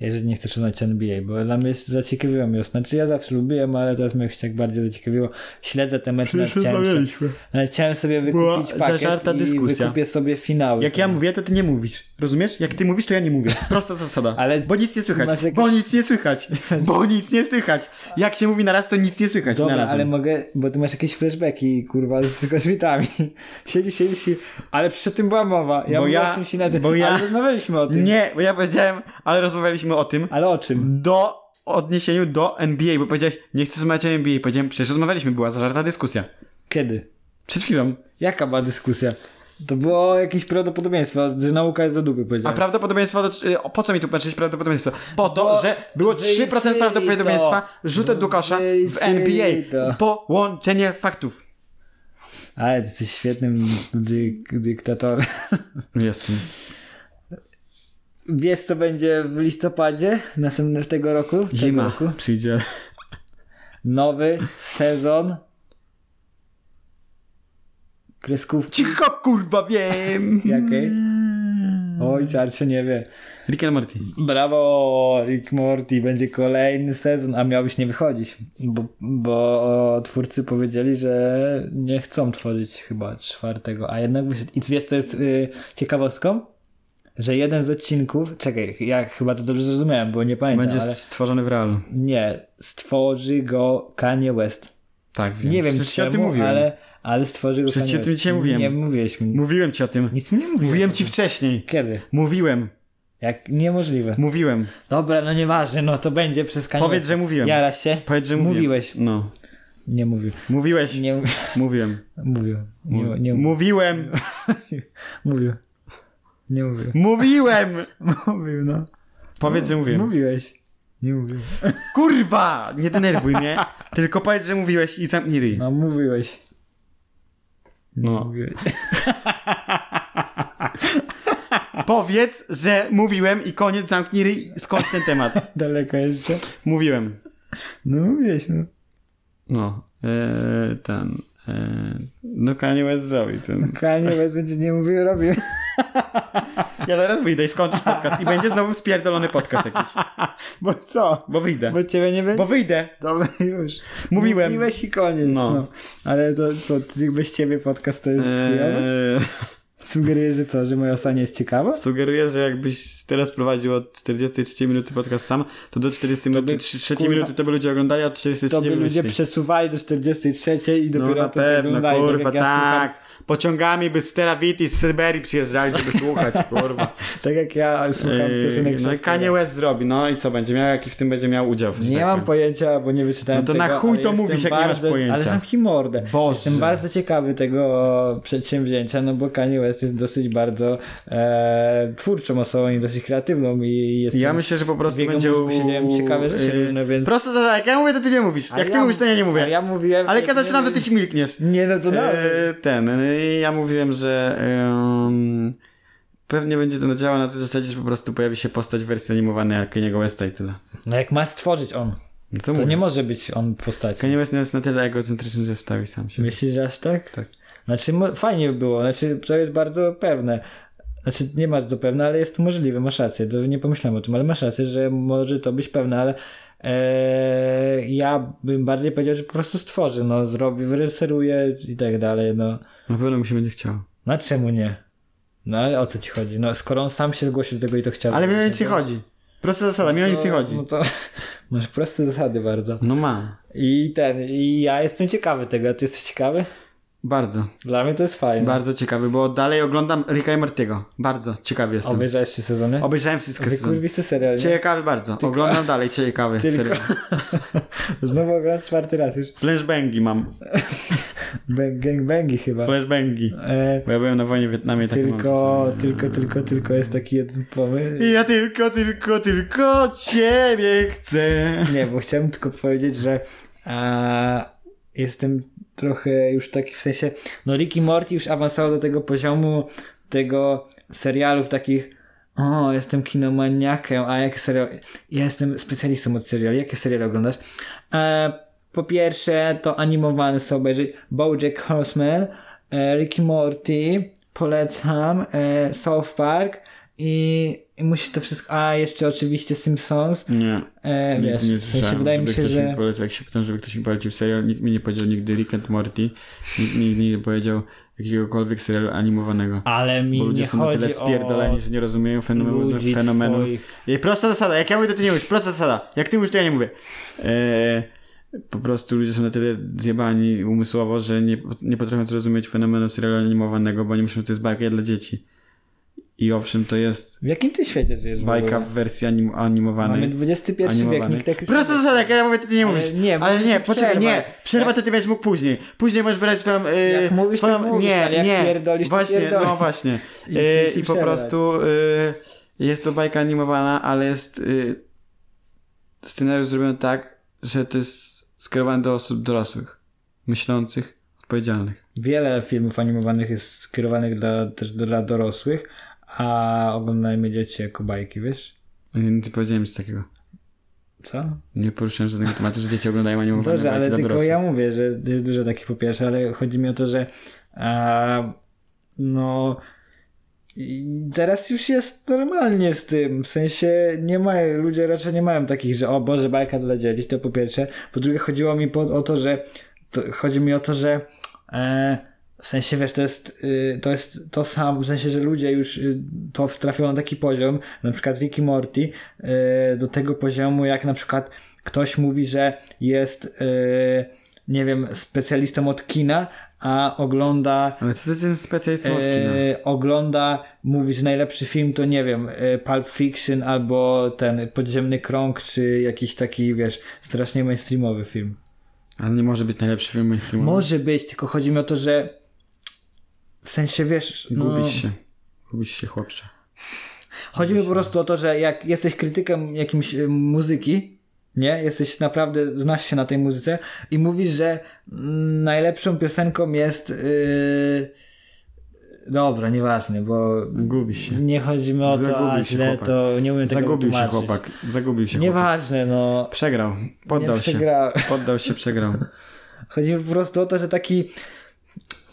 Speaker 2: Jeżeli nie chcesz oglądać NBA, bo dla mnie jest- zaciekawiło mnie. Znaczy ja zawsze lubiłem, ale teraz mnie jakoś tak bardziej zaciekawiło. Śledzę te mecze, nawet chciałem się- Ale chciałem sobie
Speaker 1: Była
Speaker 2: wykupić pakiet
Speaker 1: zażarta
Speaker 2: i
Speaker 1: dyskusja.
Speaker 2: wykupię sobie finały.
Speaker 1: Jak ja mówię, to ty nie mówisz. Rozumiesz? Jak ty mówisz, to ja nie mówię. Prosta zasada.
Speaker 2: Ale
Speaker 1: Bo nic nie słychać.
Speaker 2: masz jakieś-
Speaker 1: Bo nic nie słychać. Bo nic nie słychać. Jak się mówi na raz, to nic nie słychać
Speaker 2: Dobra,
Speaker 1: na raz.
Speaker 2: ale mogę, bo ty masz jakieś flashbacki, kurwa, z kośmitami. Siedzi, siedzi, siedzi. Ale przy tym była mowa. Ja
Speaker 1: Bo
Speaker 2: mówię
Speaker 1: ja-
Speaker 2: o czymś inaczej.
Speaker 1: bo ja-
Speaker 2: Ale rozmawialiśmy o tym.
Speaker 1: Nie, bo ja powiedziałem, ale rozmawialiśmy o tym
Speaker 2: Ale o czym?
Speaker 1: do odniesieniu do NBA, bo powiedziałeś, nie chcesz rozmawiać o NBA. Powiedziałem, przecież rozmawialiśmy, była zażarta dyskusja.
Speaker 2: Kiedy?
Speaker 1: Przed chwilą.
Speaker 2: Jaka była dyskusja? To było jakieś prawdopodobieństwo, że nauka jest do dupy,
Speaker 1: A
Speaker 2: powiedziałem.
Speaker 1: prawdopodobieństwo, to, y, o, po co mi tu patrzeć prawdopodobieństwo? Po to,
Speaker 2: Bo
Speaker 1: że było
Speaker 2: wyliczyli
Speaker 1: 3% prawdopodobieństwa
Speaker 2: to.
Speaker 1: rzutu do kosza w
Speaker 2: Wyliczyli
Speaker 1: NBA.
Speaker 2: to.
Speaker 1: Połączenie faktów.
Speaker 2: Ale ty jesteś świetnym dyk- dyktatorem.
Speaker 1: Jestem.
Speaker 2: Wiesz, co będzie w listopadzie następnego roku? Tego
Speaker 1: Zima
Speaker 2: Roku?
Speaker 1: przyjdzie.
Speaker 2: Nowy sezon kreskówki.
Speaker 1: Cicho, kurwa, wiem!
Speaker 2: Jakiej? Oj, Czarcio nie wie.
Speaker 1: Rick and Morty.
Speaker 2: Brawo, Rick Morty, będzie kolejny sezon, a miałbyś nie wychodzić, bo, bo twórcy powiedzieli, że nie chcą tworzyć chyba czwartego, a jednak wyszedł. I wiesz, co jest y, ciekawostką? Że jeden z odcinków, czekaj, ja chyba to dobrze zrozumiałem, bo nie pamiętam,
Speaker 1: Będzie
Speaker 2: No, ale
Speaker 1: stworzony w realu.
Speaker 2: nie, stworzy go Kanye West.
Speaker 1: Tak, wiem.
Speaker 2: Nie wiem
Speaker 1: Przecież
Speaker 2: czemu,
Speaker 1: ci o tym mówiłem.
Speaker 2: ale, ale stworzy go
Speaker 1: Przecież
Speaker 2: Kanye
Speaker 1: ci o
Speaker 2: West.
Speaker 1: tym dzisiaj mówiłem.
Speaker 2: Nie mówiłeś mi.
Speaker 1: Mówiłem ci o tym.
Speaker 2: Nic mi nie mówiłeś.
Speaker 1: Mówiłem ci wcześniej.
Speaker 2: Kiedy?
Speaker 1: Mówiłem.
Speaker 2: Jak niemożliwe.
Speaker 1: Mówiłem.
Speaker 2: Dobra, no nieważne, no to będzie przez kanał.
Speaker 1: Powiedz, że mówiłem.
Speaker 2: Jara się.
Speaker 1: Powiedz, że mówiłem.
Speaker 2: Mówiłeś.
Speaker 1: No.
Speaker 2: Nie mówił.
Speaker 1: Mówiłeś.
Speaker 2: Nie mów-
Speaker 1: Mówiłem.
Speaker 2: mówił. Nie, nie mówił.
Speaker 1: Mówiłem.
Speaker 2: Mówił. Nie mówił.
Speaker 1: Mówiłem.
Speaker 2: Mówił, no.
Speaker 1: Powiedz, że mówiłem.
Speaker 2: Mówiłeś. Nie mówił.
Speaker 1: Kurwa! Nie denerwuj mnie. Tylko powiedz, że mówiłeś i zamknij ryj.
Speaker 2: No mówiłeś.
Speaker 1: No.
Speaker 2: Mówiłeś.
Speaker 1: Powiedz, że mówiłem i koniec, zamknij ryj. Skończ ten temat.
Speaker 2: Daleko jeszcze.
Speaker 1: Mówiłem.
Speaker 2: No mówiłeś, no.
Speaker 1: No, e, ten. E, no Kanye West zrobi ten.
Speaker 2: Kanie West będzie nie mówił, robił.
Speaker 1: Ja zaraz wyjdę i skończę podcast i będzie znowu spierdolony podcast jakiś.
Speaker 2: Bo co?
Speaker 1: Bo wyjdę.
Speaker 2: Bo ciebie nie będzie?
Speaker 1: Bo wyjdę.
Speaker 2: Dobra, już.
Speaker 1: Mówiłem.
Speaker 2: Mówiłeś i koniec,
Speaker 1: No.
Speaker 2: no. Ale to co, ty, bez ciebie podcast to jest chujowy?
Speaker 1: E,
Speaker 2: Sugeruję, że co, że moja sania jest ciekawa?
Speaker 1: sugeruję, że jakbyś teraz prowadził od 43 minuty podcast sam, to do 40 minuty,
Speaker 2: by,
Speaker 1: 3
Speaker 2: kurwa,
Speaker 1: minuty to by ludzie oglądali, a od 43
Speaker 2: to by ludzie
Speaker 1: wyszli.
Speaker 2: przesuwali do 43 i dopiero
Speaker 1: no, na
Speaker 2: to
Speaker 1: pewno,
Speaker 2: oglądali.
Speaker 1: kurwa,
Speaker 2: jak ja słucham
Speaker 1: tak. Pociągami by z Terawiti, z Syberii przyjeżdżali, żeby słuchać, kurwa.
Speaker 2: Tak jak ja słucham piosenek
Speaker 1: Ej, no i
Speaker 2: Shakespeare'a.
Speaker 1: Kanye West zrobi, no i co będzie miał, jaki w tym będzie miał udział. że
Speaker 2: Nie
Speaker 1: tak
Speaker 2: mam
Speaker 1: powiem.
Speaker 2: pojęcia, bo nie wyczytałem
Speaker 1: No to
Speaker 2: tego,
Speaker 1: na chuj
Speaker 2: ale
Speaker 1: to
Speaker 2: jestem
Speaker 1: mówisz, jak nie masz
Speaker 2: bardzo-
Speaker 1: pojęcia.
Speaker 2: Ale sam chimordę.
Speaker 1: Boże.
Speaker 2: Jestem bardzo ciekawy tego przedsięwzięcia, no bo Kanye West jest dosyć bardzo e, twórczą osobą i dosyć kreatywną i jestem...
Speaker 1: Ja myślę, że po prostu
Speaker 2: w jego
Speaker 1: będzie...
Speaker 2: mózgu się dzieją ciekawe rzeczy
Speaker 1: yy,
Speaker 2: różne, więc-
Speaker 1: Prosto to jak ja mówię, to ty nie mówisz.
Speaker 2: A
Speaker 1: Jak ty
Speaker 2: ja-
Speaker 1: mówisz, to ja nie mówię.
Speaker 2: a Ja mówiłem...
Speaker 1: Ale
Speaker 2: jak
Speaker 1: jak ja
Speaker 2: nie
Speaker 1: zaczynam, to ty
Speaker 2: mówisz-
Speaker 1: ci milkniesz.
Speaker 2: Nie, no to nawet.
Speaker 1: E, ten, e, ja mówiłem, że em, pewnie będzie to działało na tej zasadzie, że po prostu pojawi się postać w wersji animowanej Kaniego Westa i tyle.
Speaker 2: No jak ma stworzyć on,
Speaker 1: No to,
Speaker 2: to
Speaker 1: mówię.
Speaker 2: nie może być on postacią.
Speaker 1: Kanye West jest na tyle egocentryczny, że wstawi sam się.
Speaker 2: Myślisz, że aż tak?
Speaker 1: Tak.
Speaker 2: Znaczy, mo- fajnie by było, znaczy, to jest bardzo pewne. Znaczy, nie bardzo pewne, ale jest to możliwe, masz rację, to nie pomyślałem o tym, ale masz rację, że może to być pewne, ale e, ja bym bardziej powiedział, że po prostu stworzy, no, zrobi, wyreżyseruje i tak dalej, no.
Speaker 1: Na pewno mu się będzie chciał.
Speaker 2: No, a czemu nie? No, ale o co ci chodzi? No, skoro on sam się zgłosił do tego i to chciał.
Speaker 1: Ale mi o
Speaker 2: zrobić,
Speaker 1: nic nie
Speaker 2: no
Speaker 1: chodzi. Prosta zasada, mi o
Speaker 2: to-
Speaker 1: nic nie chodzi.
Speaker 2: No to masz proste zasady bardzo.
Speaker 1: No ma.
Speaker 2: I ten, i ja jestem ciekawy tego, a ty jesteś ciekawy?
Speaker 1: Bardzo.
Speaker 2: Dla mnie to jest fajne.
Speaker 1: Bardzo ciekawy, bo dalej oglądam Ricka i Martiego. Bardzo ciekawy jestem.
Speaker 2: Obejrzałeś trzy sezony?
Speaker 1: Obejrzałem wszystkie sezony.
Speaker 2: Wykurwisty serial, nie?
Speaker 1: Ciekawy bardzo. Oglądam dalej ciekawy
Speaker 2: Tylko.
Speaker 1: serial.
Speaker 2: Znowu oglądasz czwarty raz już.
Speaker 1: Flashbangi mam.
Speaker 2: Bang, gangbangi chyba.
Speaker 1: Flashbangi.
Speaker 2: E,
Speaker 1: Bo ja byłem na wojnie w Wietnamie i tak mam
Speaker 2: tylko, tylko, tylko, tylko jest taki jeden pomysł.
Speaker 1: I ja tylko, tylko, tylko ciebie chcę.
Speaker 2: Nie, bo chciałem tylko powiedzieć, że a, jestem trochę już taki w sensie, no Ricky Morty już awansował do tego poziomu tego serialów takich o, jestem kinomaniakiem, a jakie serial... Ja jestem specjalistą od seriali. Jakie seriale oglądasz? E, po pierwsze, to animowane są obejrzeć BoJack Horseman, e, Ricky Morty, polecam, e, South Park i, i musi to wszystko... A, jeszcze oczywiście Simpsons.
Speaker 1: Nie.
Speaker 2: E,
Speaker 1: nigdy
Speaker 2: wiesz,
Speaker 1: nie
Speaker 2: w sensie
Speaker 1: słyszałem,
Speaker 2: wydaje mi
Speaker 1: żeby
Speaker 2: się,
Speaker 1: ktoś
Speaker 2: że
Speaker 1: Mi polecał, jak się pytam, żeby ktoś mi polecił serial, nikt mi nie powiedział nigdy Rick and Morty, nikt mi nie powiedział jakiegokolwiek serialu animowanego.
Speaker 2: Ale mi
Speaker 1: Bo ludzie
Speaker 2: nie
Speaker 1: są na
Speaker 2: chodzi
Speaker 1: tyle
Speaker 2: o
Speaker 1: spierdoleni, że nie rozumieją fenomenu.
Speaker 2: ludzi
Speaker 1: fenomenu.
Speaker 2: twoich.
Speaker 1: I prosta zasada, jak ja mówię, to ty nie mówisz, prosta zasada. Jak ty mówisz, to ja nie mówię. Eee, po prostu ludzie są na tyle zjebani umysłowo, że nie, nie potrafią zrozumieć fenomenu serialu animowanego, bo oni myślą, że to jest bajka dla dzieci. I owszem, to jest
Speaker 2: W jakim ty świecie żyjesz? w
Speaker 1: bajka w
Speaker 2: ogóle?
Speaker 1: wersji anim, animowanej.
Speaker 2: Mamy XXI wiek,
Speaker 1: animowanej.
Speaker 2: nikt tak już...
Speaker 1: Prosta zasada, jak ja mówię, to ty nie
Speaker 2: Ale
Speaker 1: mówisz.
Speaker 2: nie,
Speaker 1: ale
Speaker 2: musisz
Speaker 1: nie,
Speaker 2: mi
Speaker 1: poczekaj, nie.
Speaker 2: przerwać.
Speaker 1: Przerwa to ty będziesz mógł później. Później możesz wyrazić swoją... Yy,
Speaker 2: Jak mówisz, to
Speaker 1: swoją,
Speaker 2: mówisz,
Speaker 1: nie,
Speaker 2: ale jak
Speaker 1: nie.
Speaker 2: pierdolisz, to
Speaker 1: Właśnie,
Speaker 2: pierdolisz.
Speaker 1: no właśnie.
Speaker 2: I
Speaker 1: I,
Speaker 2: musisz
Speaker 1: i po
Speaker 2: przerwać.
Speaker 1: prostu yy, jest to bajka animowana, ale jest yy, scenariusz zrobiony tak, że to jest skierowany do osób dorosłych, myślących, odpowiedzialnych.
Speaker 2: Wiele filmów animowanych jest skierowanych dla, też dla dorosłych, a oglądajmy dzieci jako bajki, wiesz?
Speaker 1: No Nie powiedziałem nic takiego.
Speaker 2: Co?
Speaker 1: Nie poruszyłem żadnego tematu, że dzieci oglądają animowane
Speaker 2: Dobrze,
Speaker 1: bajki
Speaker 2: ale
Speaker 1: dla
Speaker 2: tylko
Speaker 1: dorosłych.
Speaker 2: ja mówię, że jest dużo takich po pierwsze, ale chodzi mi o to, że a, no i teraz już jest normalnie z tym, w sensie nie ma, ludzie raczej nie mają takich, że o Boże, bajka dla dzieci, to po pierwsze. Po drugie chodziło mi po, o to, że to, chodzi mi o to, że e, w sensie wiesz, to jest, y, to jest to samo, w sensie, że ludzie już y, to trafią na taki poziom, na przykład Ricky Morty, y, do tego poziomu, jak na przykład ktoś mówi, że jest, y, nie wiem, specjalistą od kina, a ogląda
Speaker 1: Ale co ty tym specjalistą od kina?
Speaker 2: E, ogląda, mówi, że najlepszy film to nie wiem, e, Pulp Fiction albo ten Podziemny Krąg, czy jakiś taki, wiesz, strasznie mainstreamowy film.
Speaker 1: Ale nie może być najlepszy film mainstreamowy.
Speaker 2: Może być, tylko chodzi mi o to, że w sensie, wiesz, no,
Speaker 1: Gubisz się. Gubisz się, chłopcze.
Speaker 2: chodzi mi po prostu o to, że jak jesteś krytykiem jakimś e, muzyki, nie? Jesteś naprawdę, znasz się na tej muzyce i mówisz, że mm, najlepszą piosenką jest yy... dobra, nieważne, bo
Speaker 1: Gubisz się.
Speaker 2: Nie chodzi mi o to, a
Speaker 1: Zagubił się
Speaker 2: źle
Speaker 1: chłopak.
Speaker 2: to nie umiem tego
Speaker 1: Zagubił się
Speaker 2: wytłumaczyć.
Speaker 1: chłopak. Zagubił się chłopak.
Speaker 2: Nieważne, no.
Speaker 1: Przegrał. Poddał
Speaker 2: nie
Speaker 1: się.
Speaker 2: przegrałem.
Speaker 1: Poddał się, przegrał.
Speaker 2: Chodzi mi po prostu o to, że taki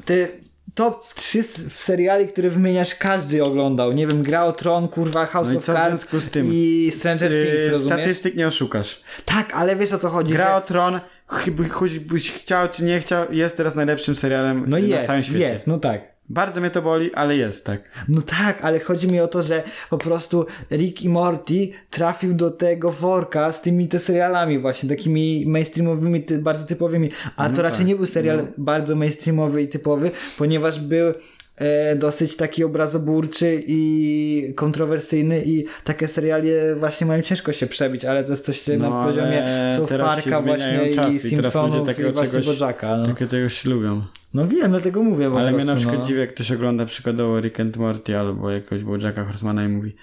Speaker 2: ty top 3 s- w seriali, który wymieniasz, każdy oglądał. Nie wiem, Gra o Tron, kurwa, House
Speaker 1: No i
Speaker 2: of
Speaker 1: co w
Speaker 2: Cards
Speaker 1: związku z tym?
Speaker 2: i Stranger
Speaker 1: Yy,
Speaker 2: Things, rozumiesz?
Speaker 1: Statystyk nie oszukasz.
Speaker 2: Tak, ale wiesz o co chodzi.
Speaker 1: Gra o
Speaker 2: że...
Speaker 1: Tron, chyba- choćbyś chciał czy nie chciał, jest teraz najlepszym serialem
Speaker 2: No
Speaker 1: na
Speaker 2: jest,
Speaker 1: całym świecie.
Speaker 2: jest, no tak.
Speaker 1: Bardzo mnie to boli, ale jest tak.
Speaker 2: No tak, ale chodzi mi o to, że po prostu Rick i Morty trafił do tego worka z tymi te serialami właśnie, takimi mainstreamowymi, ty, bardzo typowymi. A to raczej
Speaker 1: tak,
Speaker 2: nie był serial bardzo mainstreamowy i typowy, ponieważ był e, dosyć taki obrazoburczy i kontrowersyjny i takie serialie właśnie mają ciężko się przebić, ale to jest coś na
Speaker 1: No,
Speaker 2: poziomie
Speaker 1: ale
Speaker 2: South
Speaker 1: teraz się
Speaker 2: Parka
Speaker 1: zmieniają
Speaker 2: właśnie
Speaker 1: czasy
Speaker 2: i
Speaker 1: i teraz ludzie
Speaker 2: Simpsonów
Speaker 1: takiego
Speaker 2: i właśnie
Speaker 1: czegoś-
Speaker 2: Bojacka. No.
Speaker 1: Takie czegoś lubią.
Speaker 2: no wiem, dlatego mówię po
Speaker 1: Ale
Speaker 2: prostu,
Speaker 1: mnie na przykład
Speaker 2: no.
Speaker 1: dziwi, jak ktoś ogląda przykładowo Rick and Morty albo jakiegoś Bojacka Horsemana i mówi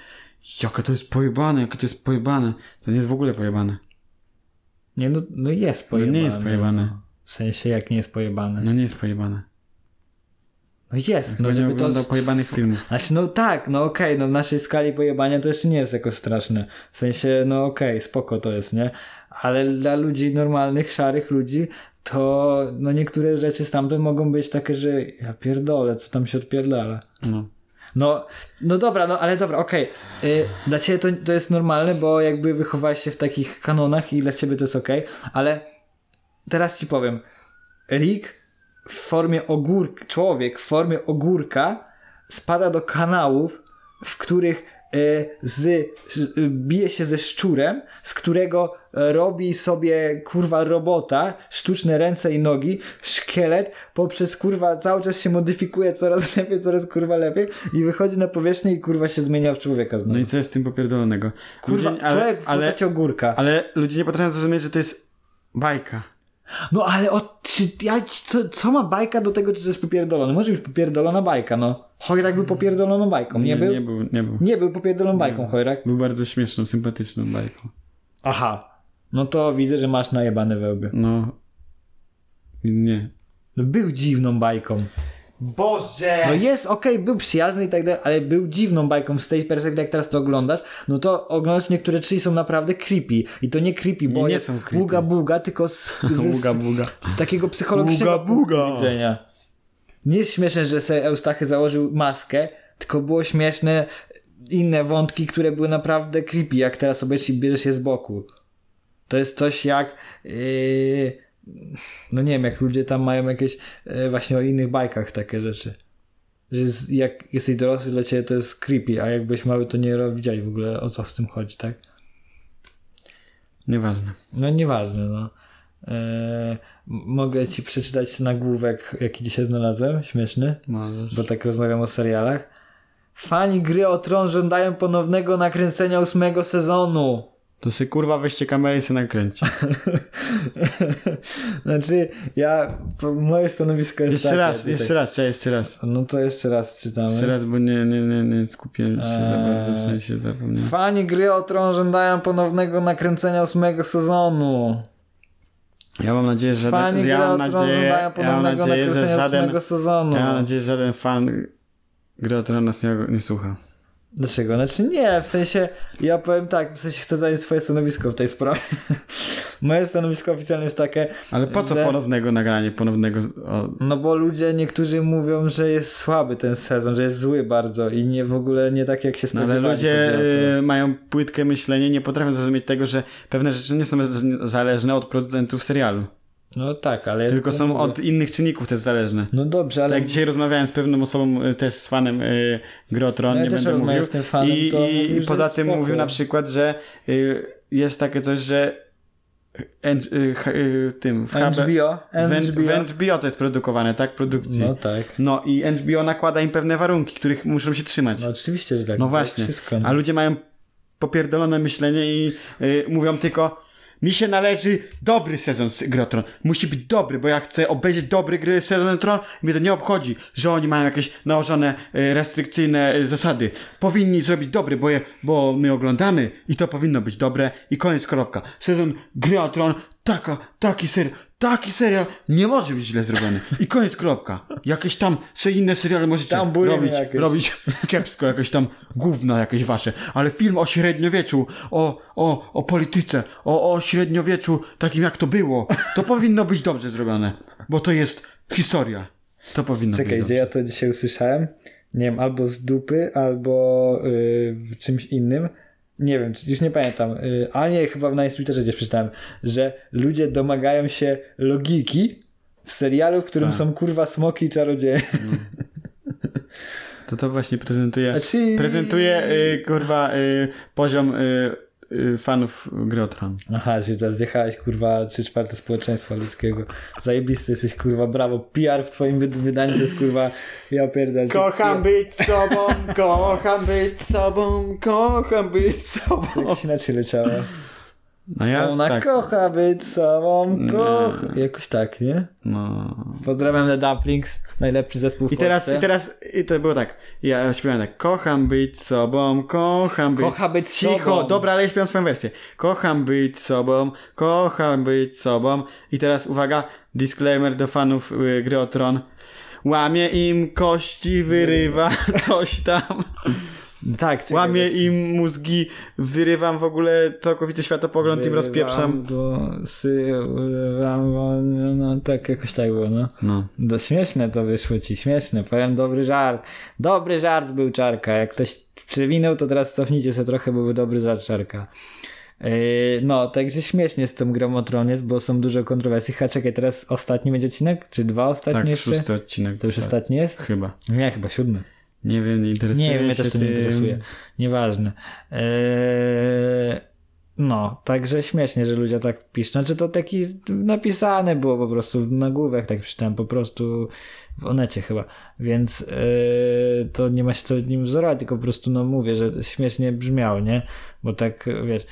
Speaker 1: jaka to jest pojebane, jakie to jest pojebane. To nie jest w ogóle pojebane.
Speaker 2: Nie, no, no jest
Speaker 1: No
Speaker 2: pojebane.
Speaker 1: nie jest pojebane.
Speaker 2: no. W sensie jak nie jest pojebane.
Speaker 1: No nie jest pojebane.
Speaker 2: No jest, no
Speaker 1: No nie
Speaker 2: żeby to...
Speaker 1: oglądał pojebanych filmów.
Speaker 2: Znaczy no tak, no okej, no w naszej skali pojebania to jeszcze nie jest jako straszne. W sensie no okej, spoko to jest, nie? Ale dla ludzi normalnych, szarych ludzi to no niektóre rzeczy stamtąd mogą być takie, że ja pierdolę, co tam się odpierdala.
Speaker 1: No.
Speaker 2: No, no dobra, no ale dobra, okej. Y, Dla ciebie to, to jest normalne, bo jakby wychowałeś się w takich kanonach i dla ciebie to jest okej, ale teraz ci powiem. Rick w formie ogórka, człowiek w formie ogórka spada do kanałów, w których y, z, sz- y, bije się ze szczurem, z którego e, robi sobie kurwa robota, sztuczne ręce i nogi, szkielet, poprzez kurwa cały czas się modyfikuje coraz lepiej, coraz kurwa lepiej i wychodzi na powierzchnię i kurwa się zmienia w człowieka znowu.
Speaker 1: no i co jest z tym popierdolonego?
Speaker 2: kurwa,
Speaker 1: Ludzie-
Speaker 2: człowiek w
Speaker 1: ale,
Speaker 2: postaci ogórka.
Speaker 1: ale ludzie nie potrafią zrozumieć, że to jest bajka.
Speaker 2: No ale o, czy, ja, co, co ma bajka do tego, czy to jest popierdolone? Może być popierdolona bajka, no. Chojrak był popierdoloną bajką, nie, był?
Speaker 1: Nie był, nie był.
Speaker 2: Nie był popierdoloną bajką, Chojrak.
Speaker 1: Był bardzo śmieszną, sympatyczną bajką.
Speaker 2: Aha. No to widzę, że masz najebane wełby.
Speaker 1: No. Nie.
Speaker 2: No był dziwną bajką.
Speaker 1: Boże!
Speaker 2: No jest, okej, był przyjazny i tak dalej, ale był dziwną bajką z tej perspektywy, jak teraz to oglądasz, no to oglądasz niektóre czyli są naprawdę creepy. I to nie creepy, bo
Speaker 1: Nie, nie
Speaker 2: jest
Speaker 1: są creepy.
Speaker 2: buga buga, tylko z, z,
Speaker 1: Buga, buga.
Speaker 2: z takiego psychologicznego
Speaker 1: Buga, buga.
Speaker 2: punktu widzenia. Nie jest śmieszne, że sobie Eustachy założył maskę, tylko było śmieszne inne wątki, które były naprawdę creepy, jak teraz obejrzysz i bierzesz je z boku. To jest coś jak... Yy, no nie wiem, jak ludzie tam mają jakieś yy, właśnie o innych bajkach takie rzeczy. Że z, jak jesteś dorosły, dla ciebie to jest creepy, a jak byłeś mały, to nie ro- widziałeś w ogóle o co z tym chodzi, tak?
Speaker 1: Nieważne.
Speaker 2: No nieważne, no. Eee, m- mogę ci przeczytać nagłówek, jaki dzisiaj znalazłem, śmieszny,
Speaker 1: Możesz.
Speaker 2: bo tak rozmawiam o serialach. Fani gry o tron żądają ponownego nakręcenia ósmego sezonu.
Speaker 1: To sobie kurwa weźcie kamerę i se nakręci.
Speaker 2: znaczy, ja, po- moje stanowisko jest
Speaker 1: Jeszcze
Speaker 2: takie
Speaker 1: raz,
Speaker 2: tutaj.
Speaker 1: jeszcze raz, czekaj, jeszcze raz.
Speaker 2: No to jeszcze raz czytamy.
Speaker 1: Jeszcze raz, bo nie, nie, nie, nie skupiłem się za
Speaker 2: Eee.
Speaker 1: bardzo, w sensie zapomniałem.
Speaker 2: Fani gry o tron żądają ponownego nakręcenia ósmego sezonu.
Speaker 1: Ja mam nadzieję, że żaden,
Speaker 2: Fani
Speaker 1: że No, ja
Speaker 2: gry o
Speaker 1: mam
Speaker 2: tron
Speaker 1: nadzieję,
Speaker 2: żądają
Speaker 1: ja mam
Speaker 2: ponownego
Speaker 1: nadzieję, że
Speaker 2: nakręcenia
Speaker 1: żaden,
Speaker 2: ósmego sezonu.
Speaker 1: ja mam nadzieję, że żaden fan gry o Tron nas nie, nie słucha.
Speaker 2: Dlaczego? Znaczy nie, w sensie ja powiem tak, w sensie chcę zająć swoje stanowisko w tej sprawie. Moje stanowisko oficjalne jest takie,
Speaker 1: Ale po co
Speaker 2: Że-
Speaker 1: ponownego nagranie, ponownego... O,
Speaker 2: no bo ludzie niektórzy mówią, że jest słaby ten sezon, że jest zły bardzo i nie w ogóle nie tak jak się
Speaker 1: no, ale
Speaker 2: spodziewali.
Speaker 1: ludzie
Speaker 2: chodzi o to.
Speaker 1: y, mają płytkie myślenie, nie potrafią zrozumieć tego, że pewne rzeczy nie są z- zależne od producentów serialu.
Speaker 2: No tak, ale... ja
Speaker 1: Tylko są
Speaker 2: mówię.
Speaker 1: od innych czynników też zależne.
Speaker 2: No dobrze, ale...
Speaker 1: Tak, jak dzisiaj rozmawiałem z pewną osobą, y, też z fanem y, Grotron,
Speaker 2: No ja
Speaker 1: nie
Speaker 2: też
Speaker 1: będę
Speaker 2: rozmawiałem
Speaker 1: mówił.
Speaker 2: z tym fanem,
Speaker 1: I,
Speaker 2: to
Speaker 1: i,
Speaker 2: mówił,
Speaker 1: i
Speaker 2: że
Speaker 1: poza
Speaker 2: jest
Speaker 1: tym
Speaker 2: spoko.
Speaker 1: mówił na przykład, że y, jest takie coś, że en, y, h- y, tym w HBO,
Speaker 2: HBO?
Speaker 1: w
Speaker 2: HBO?
Speaker 1: HBO to jest produkowane, tak? Produkcji.
Speaker 2: No
Speaker 1: No.
Speaker 2: tak.
Speaker 1: i HBO nakłada im pewne warunki, których muszą się trzymać.
Speaker 2: No
Speaker 1: No,
Speaker 2: oczywiście, że tak. to
Speaker 1: właśnie.
Speaker 2: Wszystko, no.
Speaker 1: A ludzie mają popierdolone myślenie i y, mówią tylko mi się należy dobry sezon z Grotron. Musi być dobry, bo ja chcę obejrzeć dobry gry sezon Tron. Mnie to nie obchodzi, że oni mają jakieś nałożone y, restrykcyjne y, zasady. Powinni zrobić dobry, bo, je, bo my oglądamy i to powinno być dobre i koniec kropka. Sezon gry o Tron, taka, taki serial, taki serial nie może być źle zrobiony. I koniec kropka. Jakieś tam se inne seriale możecie
Speaker 2: Tam burimy
Speaker 1: robić,
Speaker 2: jakieś.
Speaker 1: robić kiepsko, jakieś tam gówno jakieś wasze, ale film o średniowieczu, o, o, o polityce, o, o średniowieczu takim jak to było, to powinno być dobrze zrobione, bo to jest historia. To powinno
Speaker 2: Czekaj,
Speaker 1: być
Speaker 2: gdzie
Speaker 1: dobrze.
Speaker 2: ja to dzisiaj usłyszałem? Nie wiem, albo z dupy, albo y, w czymś innym. Nie wiem, czy- już nie pamiętam. Y, a nie, chyba na Twitterze gdzieś przeczytałem, że ludzie domagają
Speaker 1: Tak.
Speaker 2: się logiki w serialu, w którym są kurwa smoki i czarodzieje.
Speaker 1: to to właśnie prezentuje,
Speaker 2: Znaczy-
Speaker 1: prezentuje y, kurwa y, poziom y, y, fanów gry o Tron.
Speaker 2: Aha, czyli teraz zjechałeś, kurwa, trzy czwarte społeczeństwa ludzkiego. Zajebisty jesteś, kurwa, brawo. PR w twoim wyd- wydaniu to jest, kurwa, ja pierdolę.
Speaker 1: Kocham być sobą, kocham być sobą, kocham być sobą.
Speaker 2: Jak inaczej leciało.
Speaker 1: No ja
Speaker 2: Ona
Speaker 1: tak,
Speaker 2: kocha być sobą, kocha. Jakoś tak, nie?
Speaker 1: no.
Speaker 2: Pozdrawiam The Dumplings, najlepszy zespół w
Speaker 1: I teraz,
Speaker 2: Polsce.
Speaker 1: i teraz, i to było tak, ja śpiewałem tak, kocham być sobą, kocham być...
Speaker 2: Kocha być
Speaker 1: Cicho,
Speaker 2: sobą.
Speaker 1: dobra, ale ja śpiewam swoją wersję. Kocham być sobą, kocham być sobą. I teraz, uwaga, disclaimer do fanów y, gry o tron. Łamie im kości, wyrywa coś tam.
Speaker 2: Tak, ciekawe.
Speaker 1: Łamie im mózgi, wyrywam w ogóle całkowicie światopogląd, im rozpieprzam.
Speaker 2: Do sy... No, tak, jakoś tak było, no.
Speaker 1: No.
Speaker 2: No śmieszne to wyszło ci, śmieszne. Powiem dobry żart. Dobry żart był Czarka. Jak ktoś przewinął, to teraz cofnijcie się trochę, bo był dobry żart Czarka. Yy, no, także śmiesznie z tym Gromotronie, jest, bo są dużo kontrowersji. Ha, czekaj, teraz ostatni będzie odcinek? Czy dwa ostatnie
Speaker 1: Tak,
Speaker 2: jeszcze?
Speaker 1: szósty odcinek.
Speaker 2: To już
Speaker 1: tak.
Speaker 2: ostatni jest?
Speaker 1: Chyba.
Speaker 2: Nie, No chyba siódmy.
Speaker 1: Nie wiem, nie interesuje
Speaker 2: Nie,
Speaker 1: się
Speaker 2: mnie też to nie
Speaker 1: tym.
Speaker 2: interesuje. Nieważne. Eee, no, także śmiesznie, że ludzie tak piszą. Znaczy to taki napisane było po prostu na główek, tak przeczytałem po prostu w onecie chyba. Więc eee, to nie ma się co nim wzorować, tylko po prostu no mówię, że śmiesznie brzmiało, nie? Bo tak, wiesz...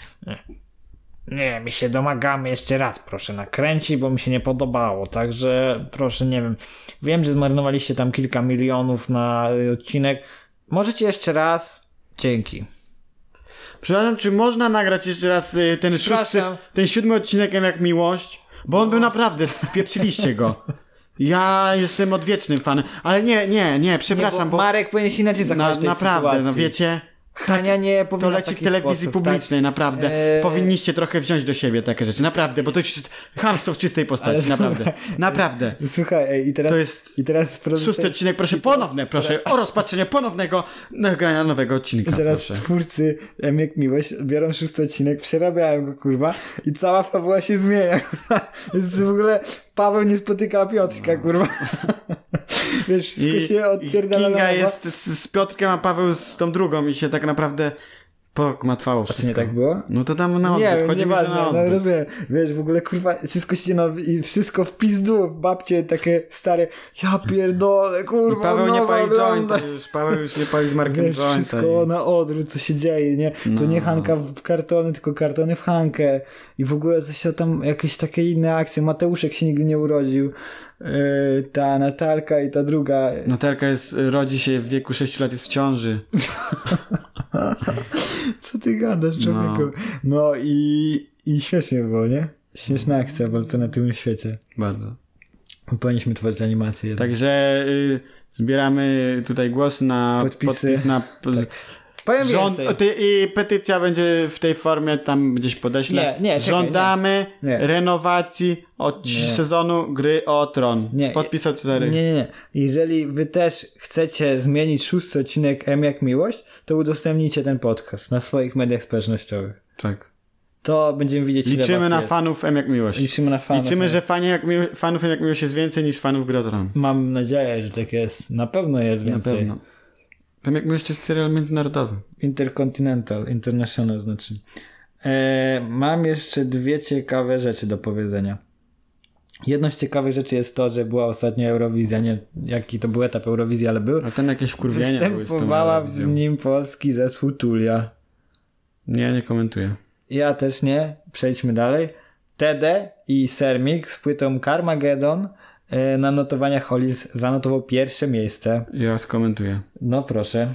Speaker 2: Nie, mi się domagamy jeszcze raz, proszę nakręcić, bo mi się nie podobało. Także proszę, nie wiem. Wiem, że zmarnowaliście tam kilka milionów na y, odcinek. Możecie jeszcze raz. Dzięki.
Speaker 1: Przepraszam, czy można nagrać jeszcze raz y, ten szósty,
Speaker 2: Przepraszam. No.
Speaker 1: ten siódmy odcinek M jak miłość? Bo on był naprawdę, spieprzyliście go. Ja jestem odwiecznym fanem, ale nie, nie, nie, przepraszam, bo,
Speaker 2: Marek powinien się inaczej
Speaker 1: na,
Speaker 2: zachować w tej
Speaker 1: naprawdę,
Speaker 2: sytuacji.
Speaker 1: no wiecie,
Speaker 2: Hania nie
Speaker 1: to
Speaker 2: powinna
Speaker 1: leci w
Speaker 2: taki
Speaker 1: telewizji
Speaker 2: sposób, tak?
Speaker 1: publicznej, naprawdę.
Speaker 2: Eee.
Speaker 1: Powinniście trochę wziąć do siebie takie rzeczy, naprawdę, bo to już jest chamstwo w czystej postaci, naprawdę, naprawdę.
Speaker 2: Tak. Słuchaj, ej, i teraz...
Speaker 1: To jest
Speaker 2: I teraz producent-
Speaker 1: Szósty odcinek, proszę, ponowne, proszę, o rozpatrzenie ponownego nagrania nowego odcinka,
Speaker 2: I teraz
Speaker 1: Tak, proszę.
Speaker 2: twórcy, em, jak miłość, biorą szósty odcinek, przerabiają go, kurwa, i cała fabuła się zmienia, kurwa. Jest w ogóle Paweł nie spotyka
Speaker 1: No.
Speaker 2: Piotrka, kurwa. Wiesz, wszystko się odpierdala. na
Speaker 1: Kinga
Speaker 2: nowo.
Speaker 1: jest z, z Piotrkiem, a Paweł z tą drugą i się tak naprawdę pokmatwało
Speaker 2: Czy
Speaker 1: wszystko.
Speaker 2: nie tak było?
Speaker 1: No to tam na
Speaker 2: nie,
Speaker 1: odwrót,
Speaker 2: chodzi
Speaker 1: chodzi mi, że
Speaker 2: nieważne,
Speaker 1: na
Speaker 2: no,
Speaker 1: odwrót.
Speaker 2: rozumiem. Wiesz, w ogóle kurwa, wszystko się no, i wszystko w pizdu, babcie takie stare, ja pierdolę,
Speaker 1: I
Speaker 2: kurwa,
Speaker 1: Paweł nie
Speaker 2: nowa
Speaker 1: pali
Speaker 2: ogląda.
Speaker 1: jointa już, Paweł już nie pali z Markiem
Speaker 2: Wiesz,
Speaker 1: jointa.
Speaker 2: wszystko
Speaker 1: i... No,
Speaker 2: na odwrót, co się dzieje, nie? To nie Hanka w kartony, tylko kartony w Hankę. I w ogóle coś tam, jakieś takie inne akcje. Mateuszek się nigdy nie urodził. Yy, ta Natalka i ta druga.
Speaker 1: Natalka jest, y, rodzi się w wieku 6 lat, jest w ciąży.
Speaker 2: Co ty gadasz, człowieku? No, i, i śmiesznie było, nie? Śmieszna akcja w alternatywnym świecie.
Speaker 1: Bardzo.
Speaker 2: Powinniśmy tworzyć animację. jednak.
Speaker 1: Także y, zbieramy tutaj głos na
Speaker 2: Podpisy. Tak.
Speaker 1: podpis na... Tak,
Speaker 2: Powiem
Speaker 1: Rząd,
Speaker 2: więcej.
Speaker 1: ty, I petycja będzie w tej formie, tam gdzieś podeślę.
Speaker 2: Nie, nie, czekaj,
Speaker 1: Żądamy
Speaker 2: nie. Nie.
Speaker 1: renowacji od sezonu gry o tron.
Speaker 2: Nie.
Speaker 1: Podpisał Cezary.
Speaker 2: Nie, nie, nie. Jeżeli wy też chcecie zmienić szósty odcinek M jak miłość, to udostępnijcie ten podcast na swoich mediach społecznościowych.
Speaker 1: Tak.
Speaker 2: To będziemy widzieć ile
Speaker 1: Liczymy
Speaker 2: was
Speaker 1: na
Speaker 2: jest.
Speaker 1: fanów M jak miłość.
Speaker 2: Liczymy na fanów.
Speaker 1: Liczymy, że fanie jak miło- fanów M jak miłość jest więcej niż fanów gry o tron.
Speaker 2: Mam nadzieję, że tak jest. Na pewno jest
Speaker 1: Na
Speaker 2: więcej.
Speaker 1: pewno. M jak miłość to jest serial międzynarodowy.
Speaker 2: Intercontinental, International znaczy. E, mam jeszcze dwie ciekawe rzeczy do powiedzenia. Jedną z ciekawych rzeczy jest to, że była ostatnio Eurowizja. Nie jaki to był etap Eurowizji, ale był.
Speaker 1: A ten jakieś wkurwienie były z tą
Speaker 2: Występowała w
Speaker 1: Eurowizją.
Speaker 2: nim polski zespół Tulia.
Speaker 1: Nie, nie komentuję.
Speaker 2: Ja też nie. Przejdźmy dalej. TD i Sermik z płytą Carmageddon e, na notowaniach Hollis zanotował pierwsze miejsce.
Speaker 1: Ja skomentuję.
Speaker 2: No proszę.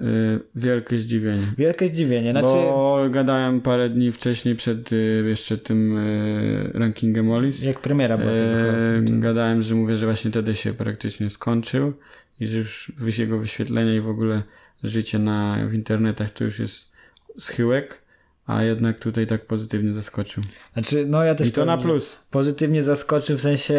Speaker 1: Yy, wielkie zdziwienie.
Speaker 2: Wielkie zdziwienie. Znaczy,
Speaker 1: Bo gadałem parę dni wcześniej przed y, jeszcze tym y, rankingiem Olis.
Speaker 2: jak premiera była tego
Speaker 1: E,
Speaker 2: chyba.
Speaker 1: gadałem, że mówię, że właśnie wtedy się praktycznie skończył i że już wy- jego wyświetlenia i w ogóle życie na, w internetach to już jest schyłek, a jednak tutaj tak pozytywnie zaskoczył.
Speaker 2: Znaczy, no ja też
Speaker 1: I to na
Speaker 2: powiem, że
Speaker 1: plus.
Speaker 2: pozytywnie zaskoczył, w sensie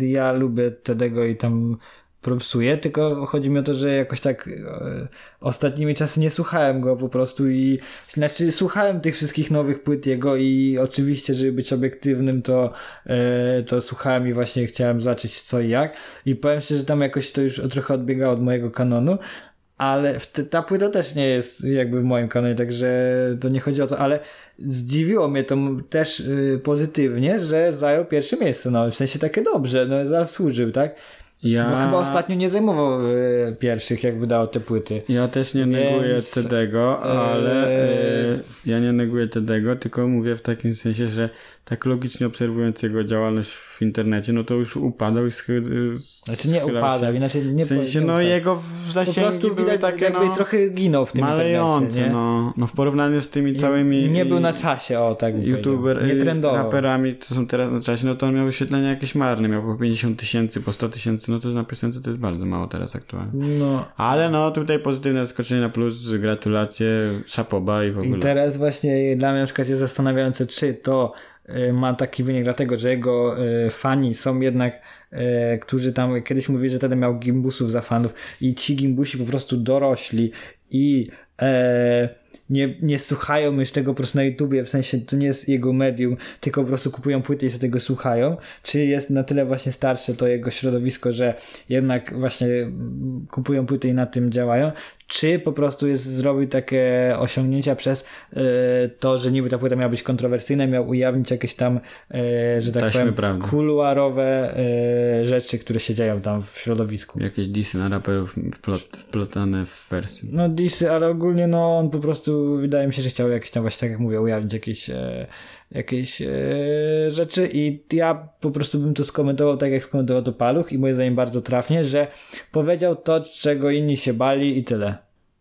Speaker 2: ja lubię Tedego i tam propsuję, tylko chodzi mi o to, że jakoś tak e, ostatnimi czasy nie słuchałem go po prostu i znaczy słuchałem tych wszystkich nowych płyt jego i oczywiście, żeby być obiektywnym, to, e, to słuchałem i właśnie chciałem zobaczyć co i jak i powiem szczerze, że tam jakoś to już trochę odbiegało od mojego kanonu, ale w te, ta płyta też nie jest jakby w moim kanale, także to nie chodzi o to, ale zdziwiło mnie to m- też y, pozytywnie, że zajął pierwsze miejsce, no w sensie takie dobrze, no zasłużył, tak?
Speaker 1: Ja,
Speaker 2: Bo chyba ostatnio nie zajmował y, pierwszych, jak wydał te płyty.
Speaker 1: ja też nie neguję
Speaker 2: Więc,
Speaker 1: Tedego, ale
Speaker 2: e,
Speaker 1: e, ja nie neguję Tedego, tylko mówię w takim sensie, że tak logicznie obserwując jego działalność w internecie, no to już upadał i schy, e,
Speaker 2: Znaczy nie
Speaker 1: schylał
Speaker 2: upadał,
Speaker 1: się.
Speaker 2: inaczej nie
Speaker 1: W sensie,
Speaker 2: nie
Speaker 1: no
Speaker 2: upadł.
Speaker 1: jego w-
Speaker 2: Po
Speaker 1: zasięgi
Speaker 2: prostu
Speaker 1: były
Speaker 2: widać,
Speaker 1: takie,
Speaker 2: jakby
Speaker 1: no,
Speaker 2: trochę ginął w tym internecie,
Speaker 1: malejące,
Speaker 2: nie?
Speaker 1: no. No w porównaniu z tymi całymi...
Speaker 2: nie
Speaker 1: i-
Speaker 2: był na czasie, o tak bym
Speaker 1: youtuber,
Speaker 2: powiedział.
Speaker 1: y,
Speaker 2: nie trendował.
Speaker 1: raperami, co są teraz na czasie, no to on miał wyświetlenia jakieś marne, miał po 50 tysięcy, po 100 tysięcy, no to na piosence to jest bardzo mało teraz aktualnie.
Speaker 2: No,
Speaker 1: Ale no tutaj pozytywne zaskoczenie na plus, gratulacje, szapoba i w ogóle.
Speaker 2: I teraz właśnie dla mnie na przykład jest zastanawiające, czy to y, ma taki wynik, dlatego że jego y, fani są jednak, y, którzy tam kiedyś mówili, że wtedy miał gimbusów za fanów i ci gimbusi po prostu dorośli i e, nie, nie słuchają już tego po prostu na YouTubie, w sensie to nie jest jego medium, tylko po prostu kupują płyty i sobie tego słuchają. Czy jest na tyle właśnie starsze to jego środowisko, że jednak właśnie mm, kupują płyty i na tym działają, czy po prostu jest, zrobił takie osiągnięcia przez e, to, że niby ta płyta miała być kontrowersyjna, miał ujawnić jakieś tam, e, że tak
Speaker 1: Taśmy
Speaker 2: powiem,
Speaker 1: prawdy.
Speaker 2: kuluarowe e, rzeczy, które się dzieją tam w środowisku.
Speaker 1: Jakieś disy na raperów wplot, wplotane w wersji.
Speaker 2: No disy, ale ogólnie no on po prostu wydaje mi się, że chciał jakieś tam właśnie tak jak mówię, ujawnić jakieś, e, jakieś e, rzeczy i ja po prostu bym to skomentował tak jak skomentował to Paluch i moim zdaniem bardzo trafnie, że powiedział to, czego inni się bali i tyle.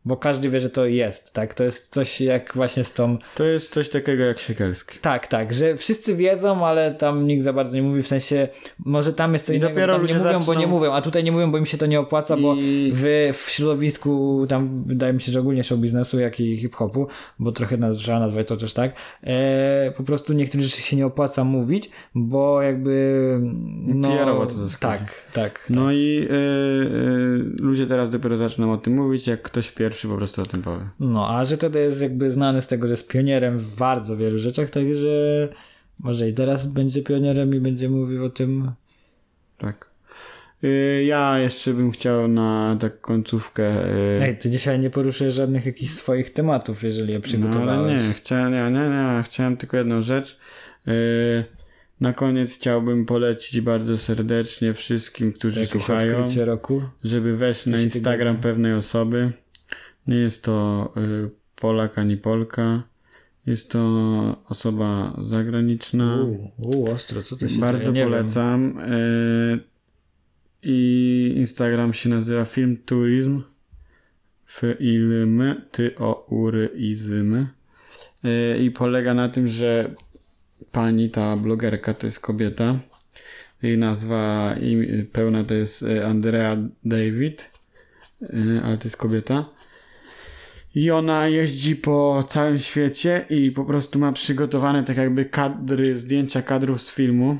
Speaker 2: Bo każdy wie, że to jest, tak? To jest coś jak właśnie z tą
Speaker 1: To jest coś takiego jak Siekielski.
Speaker 2: tak, tak, że wszyscy wiedzą, ale tam nikt za bardzo nie mówi, w sensie może tam jest co
Speaker 1: I
Speaker 2: innego,
Speaker 1: dopiero
Speaker 2: tam nie
Speaker 1: ludzie
Speaker 2: mówią, bo
Speaker 1: zaczną-
Speaker 2: nie mówią, a tutaj nie mówią, bo im się to nie opłaca, bo
Speaker 1: I-
Speaker 2: w, w środowisku tam wydaje mi się, że ogólnie show biznesu, jak i hip-hopu, bo trochę naz- trzeba nazwać to też tak, e, po prostu niektórych rzeczy się nie opłaca mówić, bo jakby no...
Speaker 1: PR-owo to zaskoczy.
Speaker 2: Tak, tak.
Speaker 1: No i y, y, ludzie teraz dopiero zaczną o tym mówić, jak ktoś pierwszy po prostu o tym powie.
Speaker 2: No, a że wtedy jest jakby znany z tego, że jest pionierem w bardzo wielu rzeczach, także może i teraz będzie pionierem i będzie mówił o tym
Speaker 1: Tak. Y, ja jeszcze bym chciał na tak końcówkę... y,
Speaker 2: Ej, ty dzisiaj nie poruszysz żadnych jakichś swoich tematów, jeżeli je
Speaker 1: No, ale
Speaker 2: przygotowałeś.
Speaker 1: nie, chciałem, nie, nie, nie, chciałem tylko jedną rzecz. Yy, na koniec chciałbym polecić bardzo serdecznie wszystkim, którzy
Speaker 2: Jakieś
Speaker 1: słuchają,
Speaker 2: odkrycie roku.
Speaker 1: żeby wejść na
Speaker 2: Jakieś
Speaker 1: Instagram pewnej osoby. Nie jest to yy, Polak ani Polka. Jest to osoba zagraniczna.
Speaker 2: U, u, ostro, co to się
Speaker 1: No. Bardzo
Speaker 2: dzieje? Nie
Speaker 1: polecam. Y, I Instagram się nazywa Film Turizm. Film Tyouryizm. Y, I polega na tym, że pani ta blogerka to jest kobieta. Jej nazwa im, pełna to jest y, Andrea David, y, ale to jest kobieta. I ona jeździ po całym świecie i po prostu ma przygotowane tak jakby kadry, zdjęcia kadrów z filmu.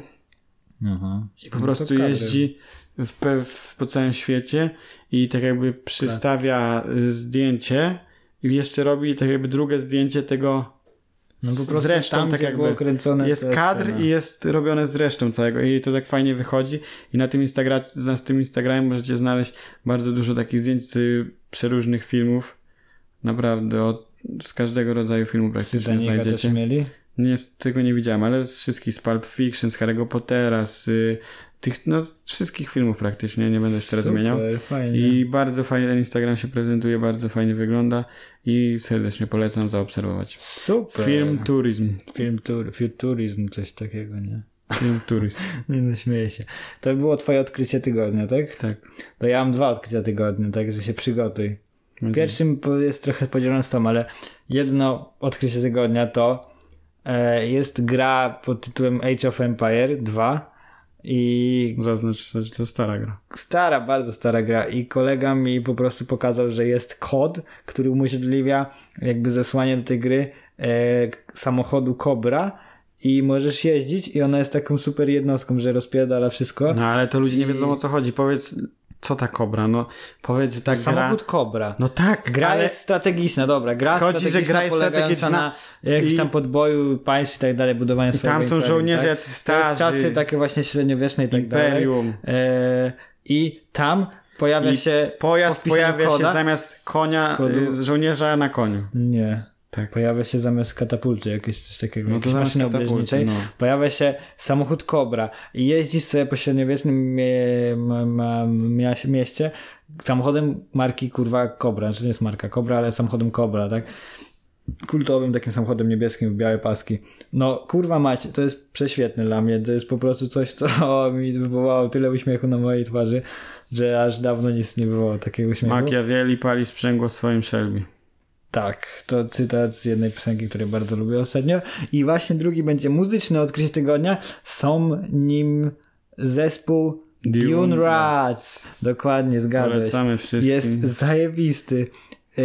Speaker 2: wiem. Aha.
Speaker 1: I po prostu
Speaker 2: No kadry.
Speaker 1: jeździ w, pe- w, po całym świecie i tak jakby przystawia y, zdjęcie i jeszcze robi tak jakby drugie zdjęcie tego
Speaker 2: No po
Speaker 1: z-
Speaker 2: prostu
Speaker 1: z resztą,
Speaker 2: tam,
Speaker 1: tak
Speaker 2: gdzie
Speaker 1: jakby
Speaker 2: było kręcone
Speaker 1: jest
Speaker 2: te
Speaker 1: kadr
Speaker 2: sceny.
Speaker 1: i jest robione z resztą całego i to tak fajnie wychodzi i na tym, Instagra- na tym Instagramie możecie znaleźć bardzo dużo takich zdjęć z przeróżnych filmów naprawdę od, z każdego rodzaju filmu
Speaker 2: Psy
Speaker 1: praktycznie
Speaker 2: Daniela też
Speaker 1: znajdziecie
Speaker 2: mieli?
Speaker 1: nie, tego nie widziałem, ale z wszystkich, z Pulp Fiction, z Harry'ego Pottera, z y, tych, no z wszystkich filmów praktycznie, nie będę już teraz
Speaker 2: Super,
Speaker 1: zmieniał.
Speaker 2: fajnie.
Speaker 1: I bardzo fajnie ten Instagram się prezentuje, bardzo fajnie wygląda i serdecznie polecam zaobserwować.
Speaker 2: Super.
Speaker 1: Film Turizm.
Speaker 2: Film tur, futurizm, coś takiego, nie?
Speaker 1: Film Turizm,
Speaker 2: Nie no, śmieję się. To było twoje odkrycie tygodnia, tak?
Speaker 1: tak.
Speaker 2: To ja mam dwa odkrycia tygodnia, także się przygotuj. Pierwszym po- jest trochę podzielone z tą, ale jedno odkrycie tygodnia to e, jest gra pod tytułem Age of Empire 2 i
Speaker 1: Zaznacz, sobie, że to stara gra.
Speaker 2: stara, bardzo stara gra i kolega mi po prostu pokazał, że jest kod, który umożliwia jakby zesłanie do tej gry e, k- samochodu Cobra i możesz jeździć i ona jest taką super jednostką, że rozpierdala wszystko.
Speaker 1: No ale to ludzie nie wiedzą o co chodzi. Powiedz, co ta kobra? No powiedz, że ta gra...
Speaker 2: Samochód Cobra.
Speaker 1: No tak,
Speaker 2: Gra
Speaker 1: ale...
Speaker 2: jest strategiczna, dobra. Gra
Speaker 1: Chodzi, że
Speaker 2: strategiczna
Speaker 1: gra jest
Speaker 2: polegająca
Speaker 1: strategiczna
Speaker 2: na jakimś
Speaker 1: i-
Speaker 2: tam podboju państw i tak dalej, budowania swojego
Speaker 1: tam są
Speaker 2: imperium,
Speaker 1: żołnierze
Speaker 2: tak?
Speaker 1: jacyś
Speaker 2: To jest
Speaker 1: starzy.
Speaker 2: czasy takie właśnie średniowieczne i tak
Speaker 1: Imperium.
Speaker 2: dalej. E, I tam Pojawia
Speaker 1: I
Speaker 2: się
Speaker 1: Pojazd
Speaker 2: podpisem
Speaker 1: pojawia
Speaker 2: koda.
Speaker 1: się zamiast konia,
Speaker 2: Kodu.
Speaker 1: y, żołnierza na koniu.
Speaker 2: Nie.
Speaker 1: Tak.
Speaker 2: Pojawia się zamiast katapulty jakieś coś takiego,
Speaker 1: No to
Speaker 2: jakieś
Speaker 1: zamiast
Speaker 2: maszyny
Speaker 1: katapulty,
Speaker 2: obleżniczej.
Speaker 1: no.
Speaker 2: Pojawia się samochód Kobra i jeździsz sobie po średniowiecznym mie- m- m- mia- mieście samochodem marki kurwa Kobra, znaczy nie jest marka Kobra, ale samochodem Kobra, tak? Kultowym takim samochodem niebieskim w białe paski. No kurwa macie, to jest prześwietne dla mnie, to jest po prostu coś, co mi wywołało tyle uśmiechu na mojej twarzy, że aż dawno nic nie było takiego uśmiechu.
Speaker 1: Machiavelli pali sprzęgło w swoim Shelby.
Speaker 2: Tak, to cytat z jednej piosenki, której bardzo lubię ostatnio. I właśnie drugi będzie muzyczne odkrycie tygodnia. Są nim zespół
Speaker 1: Dune
Speaker 2: Dune, Rats. Dokładnie, zgadłeś.
Speaker 1: Polecamy wszystkim.
Speaker 2: Jest zajebisty. Yy,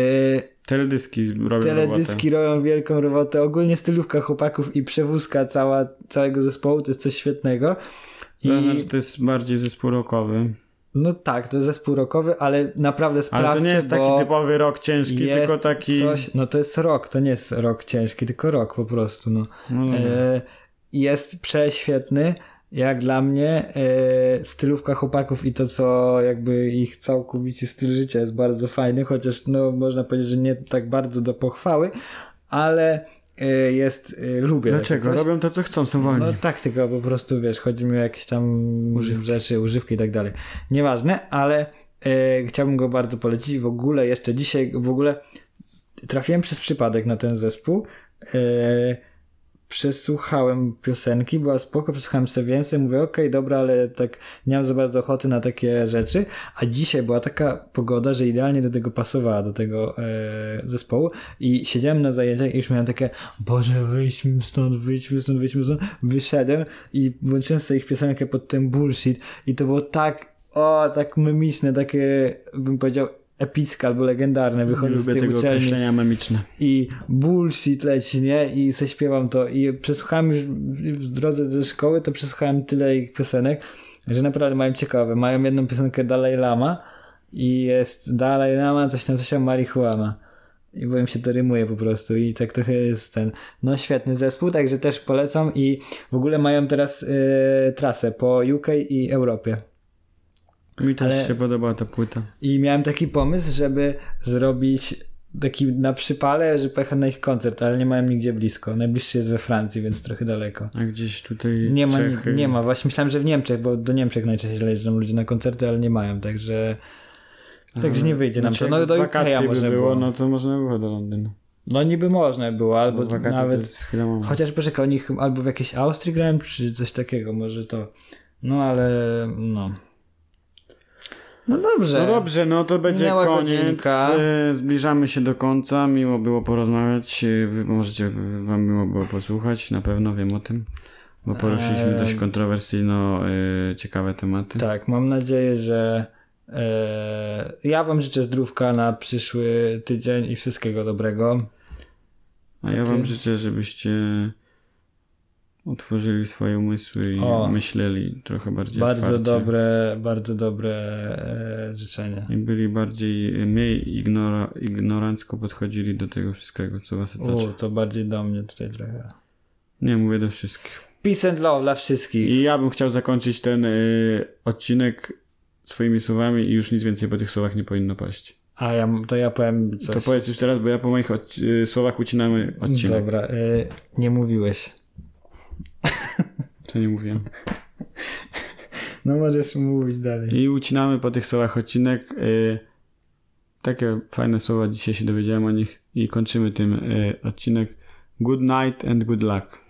Speaker 1: Teledyski robią
Speaker 2: teledyski
Speaker 1: robotę.
Speaker 2: robią wielką robotę. Ogólnie stylówka chłopaków i przewózka cała, całego zespołu to jest coś świetnego. I,
Speaker 1: To znaczy, to jest bardziej zespół rockowy.
Speaker 2: no tak, to jest zespół rockowy, ale naprawdę
Speaker 1: Ale
Speaker 2: sprawdźcie,
Speaker 1: to nie jest taki
Speaker 2: bo...
Speaker 1: typowy rok ciężki,
Speaker 2: jest
Speaker 1: tylko taki...
Speaker 2: Coś, no to jest rok, to nie jest rok ciężki, tylko rok po prostu. No.
Speaker 1: No, no.
Speaker 2: E, jest prześwietny, jak dla mnie, e, stylówka chłopaków i to, co jakby ich całkowicie styl życia jest bardzo fajny, chociaż no, można powiedzieć, że nie tak bardzo do pochwały, ale e, jest, e, lubię. takie
Speaker 1: Dlaczego?
Speaker 2: coś.
Speaker 1: Robią to, co chcą, są wolni.
Speaker 2: No tak, tylko po prostu wiesz, chodzi mi o jakieś tam używki. rzeczy, używki i tak dalej. Nieważne, ale e, chciałbym go bardzo polecić. W ogóle jeszcze dzisiaj w ogóle trafiłem przez przypadek na ten zespół. E, przesłuchałem piosenki, była spoko, przesłuchałem sobie więcej, mówię okej, dobra, ale tak nie mam za bardzo ochoty na takie rzeczy, a dzisiaj była taka pogoda, że idealnie do tego pasowała, do tego e, zespołu i siedziałem na zajęciach i już miałem takie Boże, wyjdźmy stąd, wyjdźmy stąd, wyjdźmy stąd, wyszedłem i włączyłem sobie ich piosenkę pod ten bullshit i to było tak, o, tak memiczne, takie, bym powiedział, epickie albo legendarne, wychodzę z
Speaker 1: Lubię
Speaker 2: tej
Speaker 1: tego
Speaker 2: uczelni
Speaker 1: określenia memiczne.
Speaker 2: i bullshit leci, nie? I zaśpiewam to. I przesłuchałem już w- w drodze ze szkoły, to przesłuchałem tyle ich piosenek, że naprawdę mają ciekawe. Mają jedną piosenkę Dalaj Lama i jest Dalaj Lama, coś tam, coś tam, marihuana. I bo im się to rymuje po prostu i tak trochę jest ten, no świetny zespół, także też polecam i w ogóle mają teraz y, trasę po UK i Europie.
Speaker 1: Mi też
Speaker 2: Ale-
Speaker 1: się podoba ta płyta.
Speaker 2: I miałem taki pomysł, żeby zrobić taki na przypale, że pojechać na ich koncert, ale nie miałem nigdzie blisko. Najbliższy jest we Francji, więc trochę daleko.
Speaker 1: A gdzieś tutaj
Speaker 2: Nie ma,
Speaker 1: Czechy.
Speaker 2: nie ma, właśnie myślałem, że w Niemczech, bo do Niemczech najczęściej jeżdżą ludzie na koncerty, ale nie mają, także... Także nie wyjdzie nam
Speaker 1: Znaczy,
Speaker 2: to. No
Speaker 1: jak
Speaker 2: do
Speaker 1: wakacje
Speaker 2: Ikeja
Speaker 1: by
Speaker 2: można
Speaker 1: było,
Speaker 2: było.
Speaker 1: no to można było do Londynu.
Speaker 2: No niby można było,
Speaker 1: Bo
Speaker 2: albo
Speaker 1: wakacje to
Speaker 2: nawet...
Speaker 1: jest chwila moment.
Speaker 2: Chociaż poczekaj, oni chyba albo w jakiejś Austrii grałem, czy coś takiego, może to... No ale... no. No dobrze.
Speaker 1: No dobrze, no to będzie
Speaker 2: Minęła
Speaker 1: koniec.
Speaker 2: godzinka.
Speaker 1: E, Zbliżamy się do końca. Miło było porozmawiać. E, Wy możecie, wam miło było posłuchać. Na pewno wiem o tym. Bo poruszyliśmy
Speaker 2: Eee.
Speaker 1: dość kontrowersyjno e, ciekawe tematy.
Speaker 2: Tak, mam nadzieję, że e, ja wam życzę zdrówka na przyszły tydzień i wszystkiego dobrego.
Speaker 1: A ja
Speaker 2: A ty?
Speaker 1: wam życzę, żebyście otworzyli swoje umysły i
Speaker 2: O.
Speaker 1: myśleli trochę bardziej
Speaker 2: bardzo
Speaker 1: otwarcie.
Speaker 2: dobre, bardzo dobre e, życzenia.
Speaker 1: I byli bardziej, e, mniej ignora, ignorancko podchodzili do tego wszystkiego, co was
Speaker 2: U,
Speaker 1: otacza.
Speaker 2: to bardziej do mnie tutaj trochę.
Speaker 1: Nie, mówię do wszystkich.
Speaker 2: Peace and love dla wszystkich.
Speaker 1: I ja bym chciał zakończyć ten y, odcinek swoimi słowami i już nic więcej po tych słowach nie powinno paść.
Speaker 2: A ja, to ja powiem coś.
Speaker 1: To powiedz już teraz, bo ja po moich odci- y, słowach ucinamy odcinek.
Speaker 2: Dobra, e, nie mówiłeś.
Speaker 1: Co nie mówiłem.
Speaker 2: No możesz mówić dalej.
Speaker 1: I ucinamy po tych słowach odcinek. Y, takie fajne słowa dzisiaj się dowiedziałem o nich i kończymy tym y, odcinek. Good night and good luck.